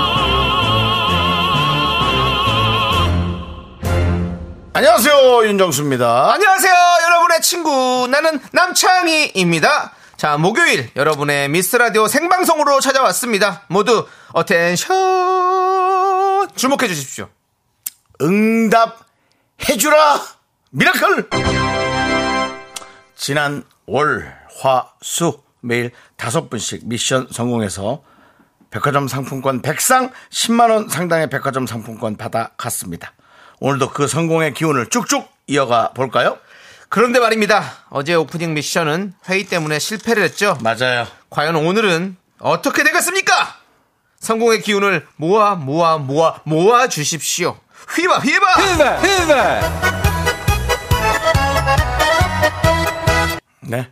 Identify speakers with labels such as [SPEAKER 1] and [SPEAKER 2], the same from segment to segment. [SPEAKER 1] 안녕하세요 윤정수입니다. 안녕하세요 여러분의 친구 나는 남창희입니다. 자 목요일 여러분의 미스라디오 생방송으로 찾아왔습니다. 모두 어텐션 주목해 주십시오. 응답 해주라 미라클 지난 월 화 수 매일 다섯 분씩 미션 성공해서 백화점 상품권 100상 10만원 상당의 백화점 상품권 받아갔습니다. 오늘도 그 성공의 기운을 쭉쭉 이어가 볼까요?
[SPEAKER 2] 그런데 말입니다. 어제 오프닝 미션은 회의 때문에 실패를 했죠.
[SPEAKER 1] 맞아요.
[SPEAKER 2] 과연 오늘은 어떻게 되겠습니까? 성공의 기운을 모아 모아 모아 모아 주십시오. 휘바 휘바.
[SPEAKER 1] 네.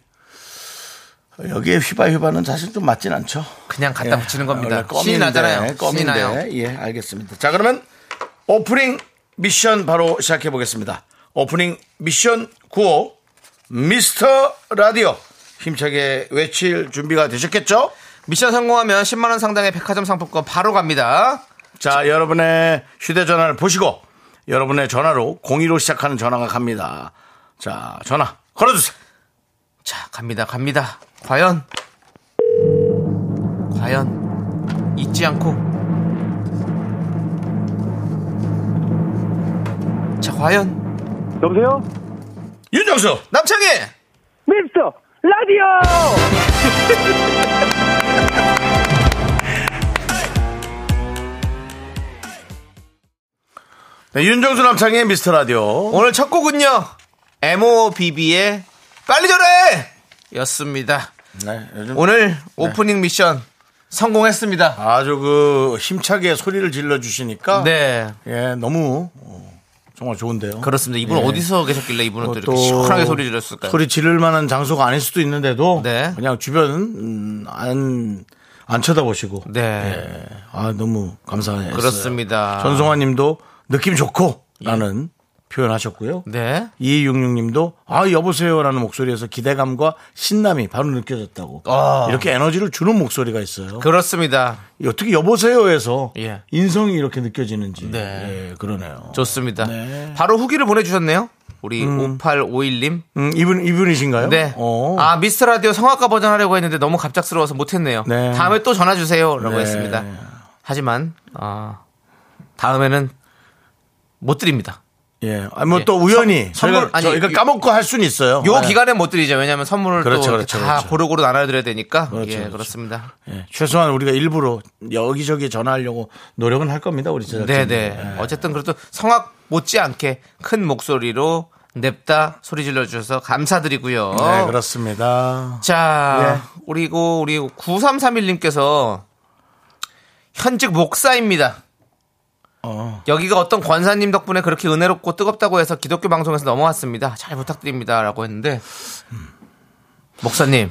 [SPEAKER 1] 여기에 휘바휘바는 사실 좀 맞진 않죠.
[SPEAKER 2] 그냥 갖다 붙이는 겁니다.
[SPEAKER 1] 예, 원래 껌인데,
[SPEAKER 2] 신이 나잖아요. 신이 나요.
[SPEAKER 1] 껌인데. 예, 알겠습니다. 자, 그러면 오프닝 미션 바로 시작해 보겠습니다. 오프닝 미션 9호 미스터 라디오 힘차게 외칠 준비가 되셨겠죠?
[SPEAKER 2] 미션 성공하면 10만 원 상당의 백화점 상품권 바로 갑니다.
[SPEAKER 1] 자, 여러분의 휴대전화를 보시고 여러분의 전화로 02로 시작하는 전화가 갑니다. 자, 전화 걸어주세요.
[SPEAKER 2] 자, 갑니다. 갑니다. 과연 과연 잊지 않고 자, 과연
[SPEAKER 3] 여보세요?
[SPEAKER 1] 윤정수
[SPEAKER 2] 남창희
[SPEAKER 3] 미스터 라디오!
[SPEAKER 1] 네, 윤정수 남창의 미스터 라디오.
[SPEAKER 2] 오늘 첫 곡은요. MOBB의 빨리 전해! 였습니다.
[SPEAKER 1] 네, 요즘
[SPEAKER 2] 오늘 오프닝 미션 성공했습니다.
[SPEAKER 1] 아주 그 힘차게 소리를 질러 주시니까
[SPEAKER 2] 네.
[SPEAKER 1] 예, 너무 어, 정말 좋은데요.
[SPEAKER 2] 그렇습니다. 이분
[SPEAKER 1] 예.
[SPEAKER 2] 어디서 계셨길래 이분은 또
[SPEAKER 1] 또
[SPEAKER 2] 이렇게 시원하게 소리 질렀을까요?
[SPEAKER 1] 소리 지를 만한 장소가 아닐 수도 있는데도
[SPEAKER 2] 네.
[SPEAKER 1] 그냥 주변 음, 안, 안 쳐다보시고
[SPEAKER 2] 네.
[SPEAKER 1] 예, 아 너무 감사해요.
[SPEAKER 2] 그렇습니다. 예.
[SPEAKER 1] 전송환님도 느낌 좋고 라는 표현하셨고요.
[SPEAKER 2] 네.
[SPEAKER 1] 2266님도 아 여보세요라는 목소리에서 기대감과 신남이 바로 느껴졌다고
[SPEAKER 2] 아.
[SPEAKER 1] 이렇게 에너지를 주는 목소리가 있어요.
[SPEAKER 2] 그렇습니다.
[SPEAKER 1] 어떻게 여보세요에서
[SPEAKER 2] 예.
[SPEAKER 1] 인성이 이렇게 느껴지는지
[SPEAKER 2] 네.
[SPEAKER 1] 예, 그러네요.
[SPEAKER 2] 좋습니다.
[SPEAKER 1] 네.
[SPEAKER 2] 바로 후기를 보내주셨네요. 우리 5851님.
[SPEAKER 1] 음, 이분 이분이신가요?
[SPEAKER 2] 네.
[SPEAKER 1] 어.
[SPEAKER 2] 아, 미스터 라디오 성악가 버전 하려고 했는데 너무 갑작스러워서 못했네요.
[SPEAKER 1] 네.
[SPEAKER 2] 다음에 또 전화 주세요. 라고
[SPEAKER 1] 네.
[SPEAKER 2] 했습니다. 하지만, 아, 다음에는 못 드립니다.
[SPEAKER 1] 예. 아니 뭐
[SPEAKER 2] 예.
[SPEAKER 1] 또 우연히
[SPEAKER 2] 선- 선물-
[SPEAKER 1] 저희가,
[SPEAKER 2] 아니,
[SPEAKER 1] 저희가
[SPEAKER 2] 요-
[SPEAKER 1] 까먹고 할 수는 있어요.
[SPEAKER 2] 요
[SPEAKER 1] 예.
[SPEAKER 2] 기간에 못 드리죠. 왜냐하면 선물을
[SPEAKER 1] 그렇죠,
[SPEAKER 2] 또 이렇게
[SPEAKER 1] 그렇죠,
[SPEAKER 2] 다
[SPEAKER 1] 그렇죠.
[SPEAKER 2] 고루고루 나눠드려야 되니까.
[SPEAKER 1] 그렇죠,
[SPEAKER 2] 예,
[SPEAKER 1] 그렇죠.
[SPEAKER 2] 그렇습니다.
[SPEAKER 1] 예. 최소한 우리가 일부러 여기저기 전화하려고 노력은 할 겁니다. 우리 제작진.
[SPEAKER 2] 네네.
[SPEAKER 1] 예.
[SPEAKER 2] 어쨌든 그래도 성악 못지않게 큰 목소리로 냅다 소리 질러주셔서 감사드리고요.
[SPEAKER 1] 네, 그렇습니다. 예.
[SPEAKER 2] 자, 그리고 우리 9331님께서 현직 목사입니다.
[SPEAKER 1] 어.
[SPEAKER 2] 여기가 어떤 권사님 덕분에 그렇게 은혜롭고 뜨겁다고 해서 기독교 방송에서 넘어왔습니다. 잘 부탁드립니다. 라고 했는데, 목사님,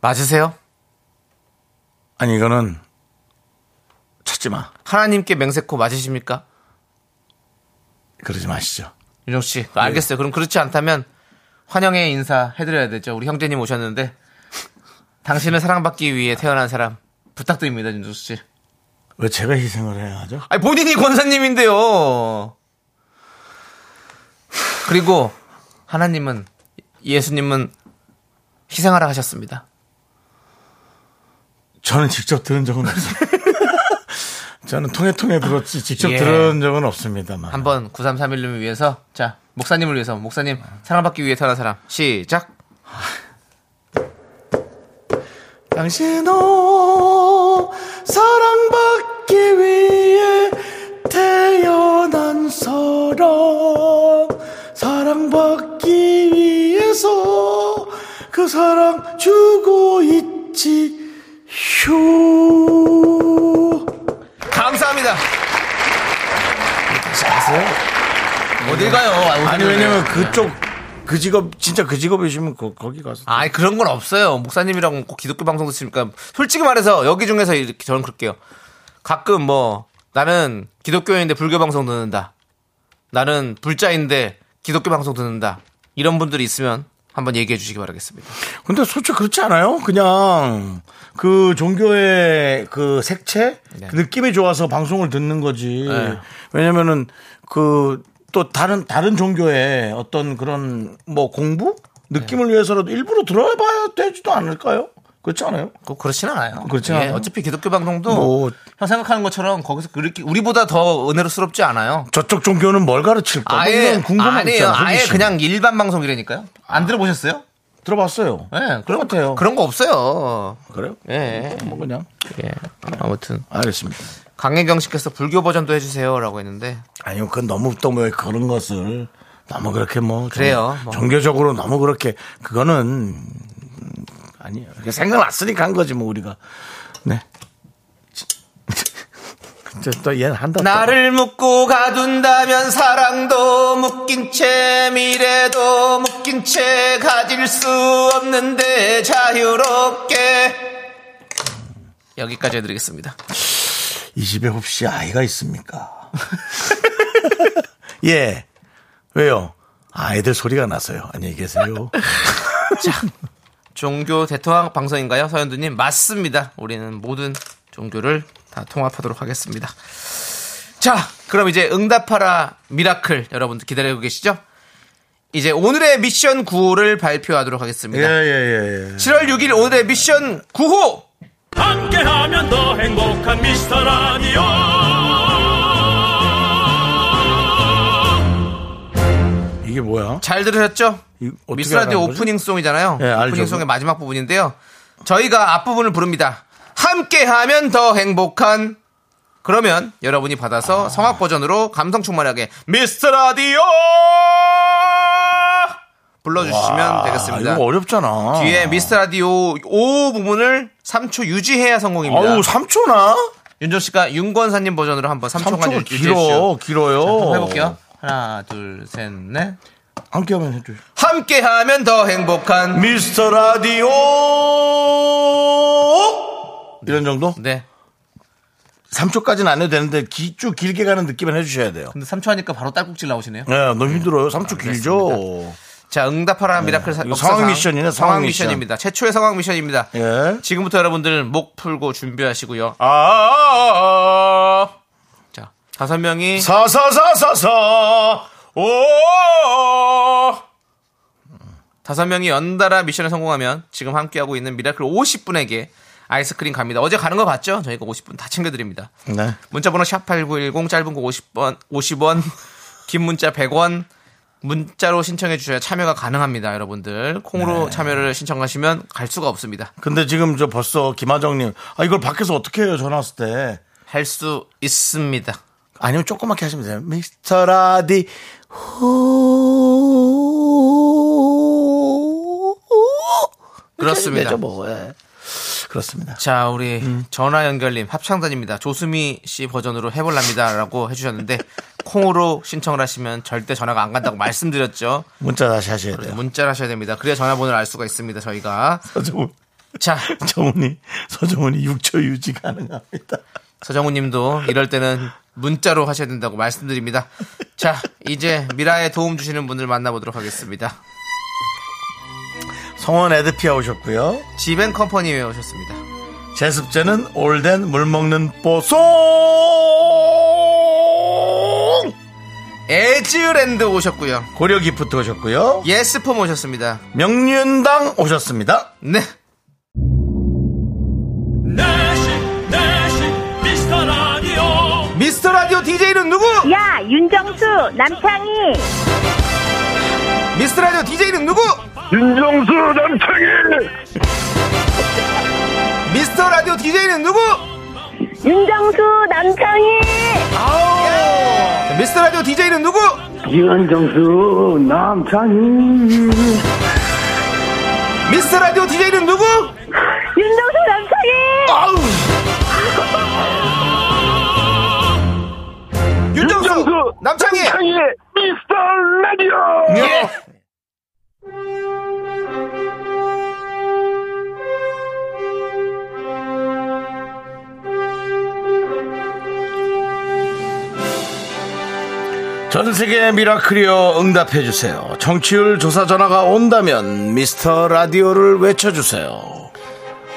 [SPEAKER 2] 맞으세요?
[SPEAKER 1] 아니 이거는 찾지 마.
[SPEAKER 2] 하나님께 맹세코 맞으십니까?
[SPEAKER 1] 그러지 마시죠.
[SPEAKER 2] 윤정 씨, 알겠어요. 그럼 그렇지 않다면 환영의 인사 해드려야 되죠. 우리 형제님 오셨는데, 당신을 사랑받기 위해 태어난 사람 부탁드립니다, 윤정 씨.
[SPEAKER 1] 왜 제가 희생을 해야 하죠?
[SPEAKER 2] 아니 본인이 권사님인데요. 그리고 하나님은 예수님은 희생하라 하셨습니다.
[SPEAKER 1] 저는 직접 들은 적은 없어요. 저는 통해 통해 들었지 직접
[SPEAKER 2] 예.
[SPEAKER 1] 들은 적은 없습니다만.
[SPEAKER 2] 한번 9331님을 위해서 자 목사님을 위해서 목사님 사랑받기 위해 태어난 사람 시작.
[SPEAKER 1] 당신도 사랑받기 위해 태어난 사람 사랑받기 위해서 그 사랑 주고 있지 휴
[SPEAKER 2] 감사합니다.
[SPEAKER 1] 아세요?
[SPEAKER 2] 어딜 가요? 아이고,
[SPEAKER 1] 아니
[SPEAKER 2] 힘드네.
[SPEAKER 1] 왜냐면 그쪽 그 직업 진짜 그 직업이시면 거, 거기 가서
[SPEAKER 2] 아니 그런 건 없어요. 목사님이라고 꼭 기독교 방송 듣으니까 솔직히 말해서 여기 중에서 이렇게 저는 그럴게요. 가끔 뭐 나는 기독교인데 불교 방송 듣는다. 나는 불자인데 기독교 방송 듣는다. 이런 분들이 있으면 한번 얘기해 주시기 바라겠습니다.
[SPEAKER 1] 근데 솔직히 그렇지 않아요? 그냥 그 종교의 그 색채
[SPEAKER 2] 네.
[SPEAKER 1] 그 느낌이 좋아서 방송을 듣는 거지.
[SPEAKER 2] 네.
[SPEAKER 1] 왜냐면은 그 또 다른 다른 종교의 어떤 그런 뭐 공부
[SPEAKER 2] 네.
[SPEAKER 1] 느낌을 위해서라도 일부러 들어봐야 되지도 않을까요? 그렇지 않아요?
[SPEAKER 2] 꼭 그렇진 않아요.
[SPEAKER 1] 그렇지
[SPEAKER 2] 예,
[SPEAKER 1] 않아요.
[SPEAKER 2] 어차피 기독교 방송도
[SPEAKER 1] 그렇죠. 뭐.
[SPEAKER 2] 형 생각하는 것처럼 거기서 그렇게 우리보다 더 은혜롭지 않아요.
[SPEAKER 1] 저쪽 종교는 뭘 가르칠까? 뭐
[SPEAKER 2] 아예
[SPEAKER 1] 이런 궁금함이
[SPEAKER 2] 아니에요.
[SPEAKER 1] 있잖아요,
[SPEAKER 2] 아예
[SPEAKER 1] 호기심. 아.
[SPEAKER 2] 그냥 일반 방송이라니까요. 안 들어보셨어요?
[SPEAKER 1] 들어봤어요.
[SPEAKER 2] 예,
[SPEAKER 1] 그런 것 같아요.
[SPEAKER 2] 그런 거 없어요.
[SPEAKER 1] 그래요?
[SPEAKER 2] 예.
[SPEAKER 1] 뭐 그냥
[SPEAKER 2] 예. 아무튼
[SPEAKER 1] 알겠습니다.
[SPEAKER 2] 강혜경 씨께서 불교 버전도 해주세요라고 했는데
[SPEAKER 1] 아니요, 그건 너무 또 뭐 그런 것을 너무 그렇게 뭐 종-
[SPEAKER 2] 그래요, 뭐.
[SPEAKER 1] 종교적으로 너무 그렇게 그거는 음, 아니에요. 그게 생각났으니까 한 거지 뭐 우리가 네. 진짜 또 얘는 한다. 또.
[SPEAKER 2] 나를 묶고 가둔다면 사랑도 묶인 채 미래도 묶인 채 가질 수 없는데 자유롭게 여기까지 해드리겠습니다.
[SPEAKER 1] 이 집에 혹시 아이가 있습니까? 예. 왜요? 아이들 소리가 나서요. 안녕히 계세요.
[SPEAKER 2] 종교 대통합 방송인가요, 서현두님? 맞습니다. 우리는 모든 종교를 다 통합하도록 하겠습니다. 자, 그럼 이제 응답하라 미라클 여러분들 기다리고 계시죠? 이제 오늘의 미션 9호를 발표하도록 하겠습니다.
[SPEAKER 1] 예예예.
[SPEAKER 2] 7월 6일 오늘의 미션 9호!
[SPEAKER 4] 함께하면 더 행복한 미스터 라디오
[SPEAKER 1] 이게 뭐야?
[SPEAKER 2] 잘 들으셨죠?
[SPEAKER 1] 이- 어떻게
[SPEAKER 2] 미스라디오
[SPEAKER 1] 하라는 거지?
[SPEAKER 2] 오프닝송이잖아요.
[SPEAKER 1] 예, 알죠.
[SPEAKER 2] 오프닝송의 마지막 부분인데요. 저희가 앞부분을 부릅니다. 함께하면 더 행복한 그러면 여러분이 받아서 성악 버전으로 감성 충만하게 미스라디오 불러주시면 되겠습니다.
[SPEAKER 1] 이거 어렵잖아.
[SPEAKER 2] 뒤에 미스라디오 오 부분을 3초 유지해야 성공입니다.
[SPEAKER 1] 아우 3초나?
[SPEAKER 2] 윤종 씨가 윤권사님 버전으로 한번 3초간
[SPEAKER 1] 3초가
[SPEAKER 2] 유지해 주시죠.
[SPEAKER 1] 길어 길어요.
[SPEAKER 2] 한번 해볼게요. 하나, 둘, 셋, 넷.
[SPEAKER 1] 함께하면 해줘요.
[SPEAKER 2] 함께하면 더 행복한
[SPEAKER 1] 미스터 라디오 이런 정도?
[SPEAKER 2] 네.
[SPEAKER 1] 3초까지는 안 해도 되는데 기, 쭉 길게 가는 느낌은 해주셔야 돼요.
[SPEAKER 2] 근데 3초 하니까 바로 딸꾹질 나오시네요.
[SPEAKER 1] 네, 너무 힘들어요. 3초 길죠. 네.
[SPEAKER 2] 자, 응답하라 미라클 사-
[SPEAKER 1] 이거
[SPEAKER 2] 역사상.
[SPEAKER 1] 상황 미션이네, 상황
[SPEAKER 2] 상황 미션입니다. 최초의 상황 미션입니다.
[SPEAKER 1] 예. 아,
[SPEAKER 2] 지금부터 여러분들 목 풀고 준비하시고요. 아. 자, 다섯 명이
[SPEAKER 1] 사사사사사 오
[SPEAKER 2] 다섯 명이 연달아 미션에 성공하면 지금 함께하고 있는 미라클 50분에게 아이스크림 갑니다. 어제 가는 거 봤죠? 저희가 50분 다 챙겨 드립니다.
[SPEAKER 1] 네.
[SPEAKER 2] 문자번호 샵8910 짧은 거 50원 50원 긴 문자 100원 문자로 신청해 주셔야 참여가 가능합니다 여러분들
[SPEAKER 1] 네.
[SPEAKER 2] 콩으로 참여를 신청하시면 갈 수가 없습니다
[SPEAKER 1] 근데 지금 저 벌써 김하정님 아 이걸 밖에서 어떻게 해요 전화 왔을 때
[SPEAKER 2] 할 수 있습니다
[SPEAKER 1] 아니면 조그맣게 하시면 돼요. 미스터 라디 호
[SPEAKER 2] 그렇습니다.
[SPEAKER 1] 되죠, 뭐. 예. 그렇습니다. 음.
[SPEAKER 2] 자 우리 전화 연결님 합창단입니다 조수미 씨 버전으로 해볼랍니다 라고 해주셨는데 콩으로 신청을 하시면 절대 전화가 안 간다고 말씀드렸죠
[SPEAKER 1] 문자 다시 하셔야 돼요.
[SPEAKER 2] 문자를 하셔야 됩니다 그래야 전화번호를 알 수가 있습니다 저희가
[SPEAKER 1] 서정훈,
[SPEAKER 2] 자
[SPEAKER 1] 정훈이 서정훈이 6초 유지 가능합니다.
[SPEAKER 2] 서정우님도 이럴 때는 문자로 하셔야 된다고 말씀드립니다. 자, 이제 미라에 도움 주시는 분들 만나보도록 하겠습니다.
[SPEAKER 1] 성원 에드피아 오셨고요.
[SPEAKER 2] 지벤컴퍼니 에 오셨습니다.
[SPEAKER 1] 제습제는 올덴 물 먹는 뽀송
[SPEAKER 2] 에즈랜드 오셨고요.
[SPEAKER 1] 고려 기프트 오셨고요.
[SPEAKER 2] 예스폼 오셨습니다.
[SPEAKER 1] 명륜당 오셨습니다.
[SPEAKER 2] 네.
[SPEAKER 4] 내시 내시 미스터 라디오
[SPEAKER 2] 미스터 라디오 DJ는 누구?
[SPEAKER 5] 야, 윤정수, 남창희.
[SPEAKER 2] 미스터 라디오 DJ는 누구?
[SPEAKER 3] 윤정수 남창희
[SPEAKER 2] 미스터 라디오 DJ는 누구?
[SPEAKER 5] 윤정수, 남창희.
[SPEAKER 2] 자, 미스터 라디오 DJ는 누구?
[SPEAKER 3] 윤정수 남창희
[SPEAKER 2] 미스터 라디오 DJ는 누구?
[SPEAKER 5] 윤정수, 남창희.
[SPEAKER 2] 윤정수
[SPEAKER 3] 윤정수!
[SPEAKER 2] 남창희
[SPEAKER 3] 미스터
[SPEAKER 1] 예.
[SPEAKER 2] 예.
[SPEAKER 1] 전 세계 미라클이여 응답해 주세요. 정치율 조사 전화가 온다면 미스터 라디오를 외쳐 주세요.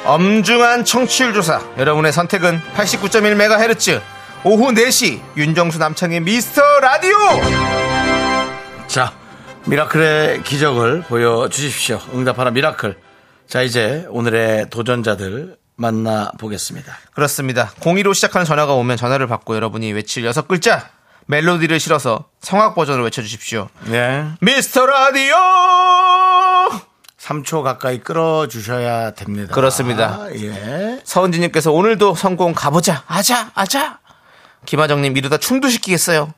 [SPEAKER 2] 엄중한 청취율 조사 여러분의 선택은 89.1MHz 오후 4시 윤정수 남창의 미스터 라디오
[SPEAKER 1] 자, 미라클의 기적을 보여 주십시오. 응답하라 미라클. 자, 이제 오늘의 도전자들 만나 보겠습니다.
[SPEAKER 2] 그렇습니다 02로 시작하는 전화가 오면 전화를 받고 여러분이 외칠 여섯 글자 멜로디를 실어서 성악 버전으로 외쳐주십시오
[SPEAKER 1] 네.
[SPEAKER 2] 미스터 라디오
[SPEAKER 1] 3초 가까이 끌어 주셔야 됩니다.
[SPEAKER 2] 그렇습니다.
[SPEAKER 1] 아, 예.
[SPEAKER 2] 서은지님께서 오늘도 성공 가보자 아자 아자 김하정님 이러다 춤도 시키겠어요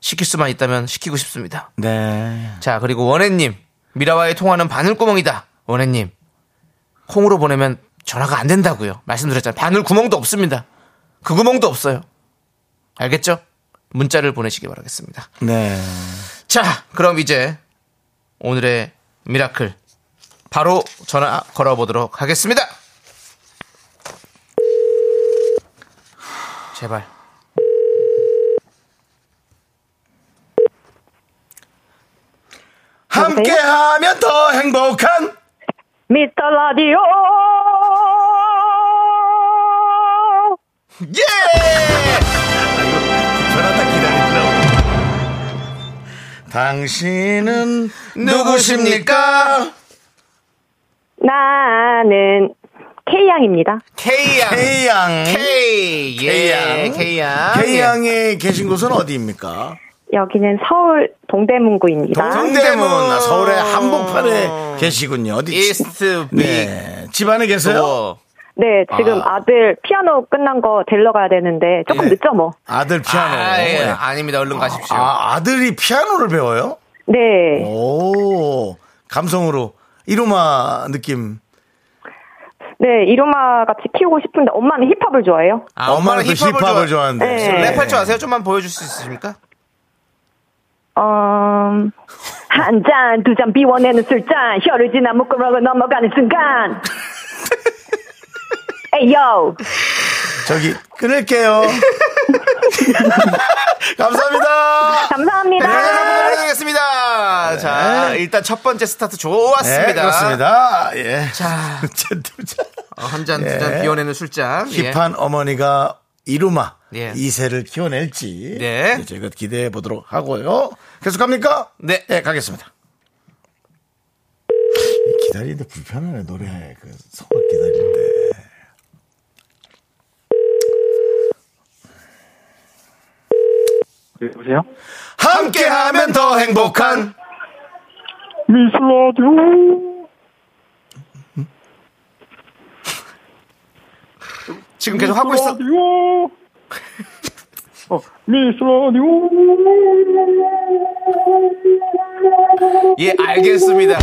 [SPEAKER 2] 시킬 수만 있다면 시키고 싶습니다
[SPEAKER 1] 네.
[SPEAKER 2] 자 그리고 원혜님 미라와의 통화는 바늘구멍이다 원혜님 콩으로 보내면 전화가 안 된다고요 말씀드렸잖아요 바늘구멍도 없습니다 그 구멍도 없어요 알겠죠 문자를 보내시기 바라겠습니다
[SPEAKER 1] 네.
[SPEAKER 2] 자 그럼 이제 오늘의 미라클 바로 전화 걸어보도록 하겠습니다 제발
[SPEAKER 1] 함께 하면 더 행복한
[SPEAKER 5] 미스터 라디오
[SPEAKER 2] 예
[SPEAKER 1] 당신은
[SPEAKER 2] 누구십니까
[SPEAKER 5] 나는 K양입니다.
[SPEAKER 2] K양
[SPEAKER 1] 태양.
[SPEAKER 2] K 예
[SPEAKER 1] K양.
[SPEAKER 2] K양
[SPEAKER 1] 태양에 계신 곳은 어디입니까?
[SPEAKER 5] 여기는 서울 동대문구입니다.
[SPEAKER 1] 동대문 아, 서울의 한복판에 계시군요. 어디?
[SPEAKER 2] 이스트 빅
[SPEAKER 1] 네. 집안에 계세요?
[SPEAKER 2] 도어
[SPEAKER 5] 네, 지금
[SPEAKER 1] 아.
[SPEAKER 5] 아. 들 피아노 끝난 거 데리러 가야 되는데 조금
[SPEAKER 1] 예.
[SPEAKER 5] 늦죠 뭐.
[SPEAKER 1] 아들 피아노.
[SPEAKER 2] 아, 예.
[SPEAKER 1] 네.
[SPEAKER 2] 아닙니다 얼른 가십시오
[SPEAKER 1] 아, 아들이 피아노를 배워요?
[SPEAKER 5] 네,
[SPEAKER 1] 오, 감성으로. 이로마 느낌.
[SPEAKER 5] 네 이루마 같이 키우고 싶은데 엄마는 힙합을 좋아해요.
[SPEAKER 2] 아,
[SPEAKER 1] 엄마는 또
[SPEAKER 2] 좋아-
[SPEAKER 1] 힙합을, 좋아하는데.
[SPEAKER 5] 네.
[SPEAKER 2] 지금 랩할 줄 아세요? 좀만 보여줄 수 있으십니까?
[SPEAKER 5] 음, 한 잔, 두 잔 비워내는 술잔, 혀를 지나 묶으라고 넘어가는 순간. 에이요!
[SPEAKER 1] 저기, 끊을게요. 감사합니다. 네,
[SPEAKER 5] 감사합니다!
[SPEAKER 2] 하겠습니다. 네, 자, 일단 첫 번째 스타트 좋았습니다.
[SPEAKER 1] 네, 그렇습니다. 예.
[SPEAKER 2] 자, 어, 한 잔, 두 잔
[SPEAKER 1] 예.
[SPEAKER 2] 비워내는 술잔. 예.
[SPEAKER 1] 힙한 어머니가 이루마
[SPEAKER 2] 예.
[SPEAKER 1] 이세를 키워낼지
[SPEAKER 2] 네.
[SPEAKER 1] 예, 저희가 기대해 보도록 하고요. 계속 갑니까?
[SPEAKER 2] 네.
[SPEAKER 1] 예, 가겠습니다. 기다리는데 불편하네 노래 그 성을 기다리는데.
[SPEAKER 3] 여보세요?
[SPEAKER 1] 함께하면 더 행복한
[SPEAKER 3] 미스 라디오.
[SPEAKER 2] 지금 계속 하고 있어.
[SPEAKER 3] 라디오. 어, 미스 라디오.
[SPEAKER 2] 예, 알겠습니다.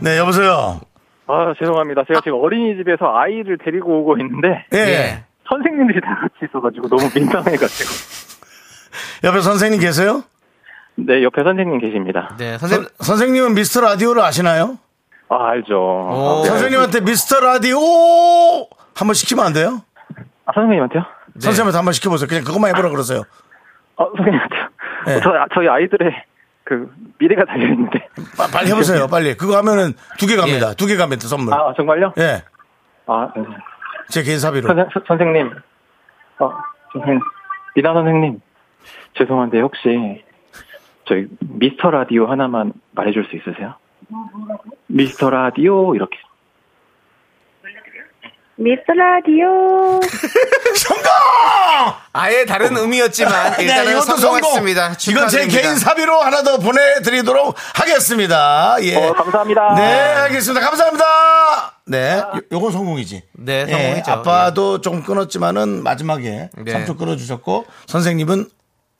[SPEAKER 1] 네 여보세요.
[SPEAKER 6] 아 죄송합니다. 제가 지금 어린이집에서 아이를 데리고 오고 있는데
[SPEAKER 1] 예.
[SPEAKER 2] 예.
[SPEAKER 6] 선생님들이 다 같이 있어가지고 너무 민망해가지고.
[SPEAKER 1] 옆에 선생님 계세요?
[SPEAKER 6] 네 옆에 선생님 계십니다.
[SPEAKER 2] 네, 선생님.
[SPEAKER 1] 선- 선생님은 미스터 라디오를 아시나요?
[SPEAKER 6] 아 알죠.
[SPEAKER 2] 오.
[SPEAKER 1] 선생님한테 미스터 라디오 한번 시키면 안 돼요? 네.
[SPEAKER 6] 아, 선생님한테요?
[SPEAKER 1] 선생님한테 한번 시켜보세요. 그냥 그것만 해보라 그러세요.
[SPEAKER 6] 아 선생님한테요.
[SPEAKER 1] 네.
[SPEAKER 6] 저 저희 아이들의 그 미래가 달려 있는데.
[SPEAKER 1] 아, 빨리 해보세요. 빨리 그거 하면은 두 개 갑니다.
[SPEAKER 2] 예.
[SPEAKER 1] 두 개 갑니다. 선물.
[SPEAKER 6] 아 정말요?
[SPEAKER 1] 예.
[SPEAKER 6] 아 네.
[SPEAKER 1] 제 개인 사비로.
[SPEAKER 6] 선생 선- 선생님. 어 선생님 미나 선생님 죄송한데 혹시 저희 미스터 라디오 하나만 말해줄 수 있으세요? 미스터 라디오 이렇게.
[SPEAKER 5] 미스 라디오.
[SPEAKER 2] 아예 다른
[SPEAKER 1] 어.
[SPEAKER 2] 의미였지만 일단은 성공했습니다.
[SPEAKER 1] 네, 이건 제
[SPEAKER 2] 축하드립니다.
[SPEAKER 1] 개인 사비로 하나 더 보내드리도록 하겠습니다. 예.
[SPEAKER 6] 어 감사합니다.
[SPEAKER 1] 네, 알겠습니다. 감사합니다. 네, 요, 요건 성공이지.
[SPEAKER 2] 아. 네,
[SPEAKER 1] 예,
[SPEAKER 2] 성공이죠.
[SPEAKER 1] 아빠도 조금 끊었지만은 마지막에
[SPEAKER 2] 네.
[SPEAKER 1] 삼 3초 끊어주셨고 선생님은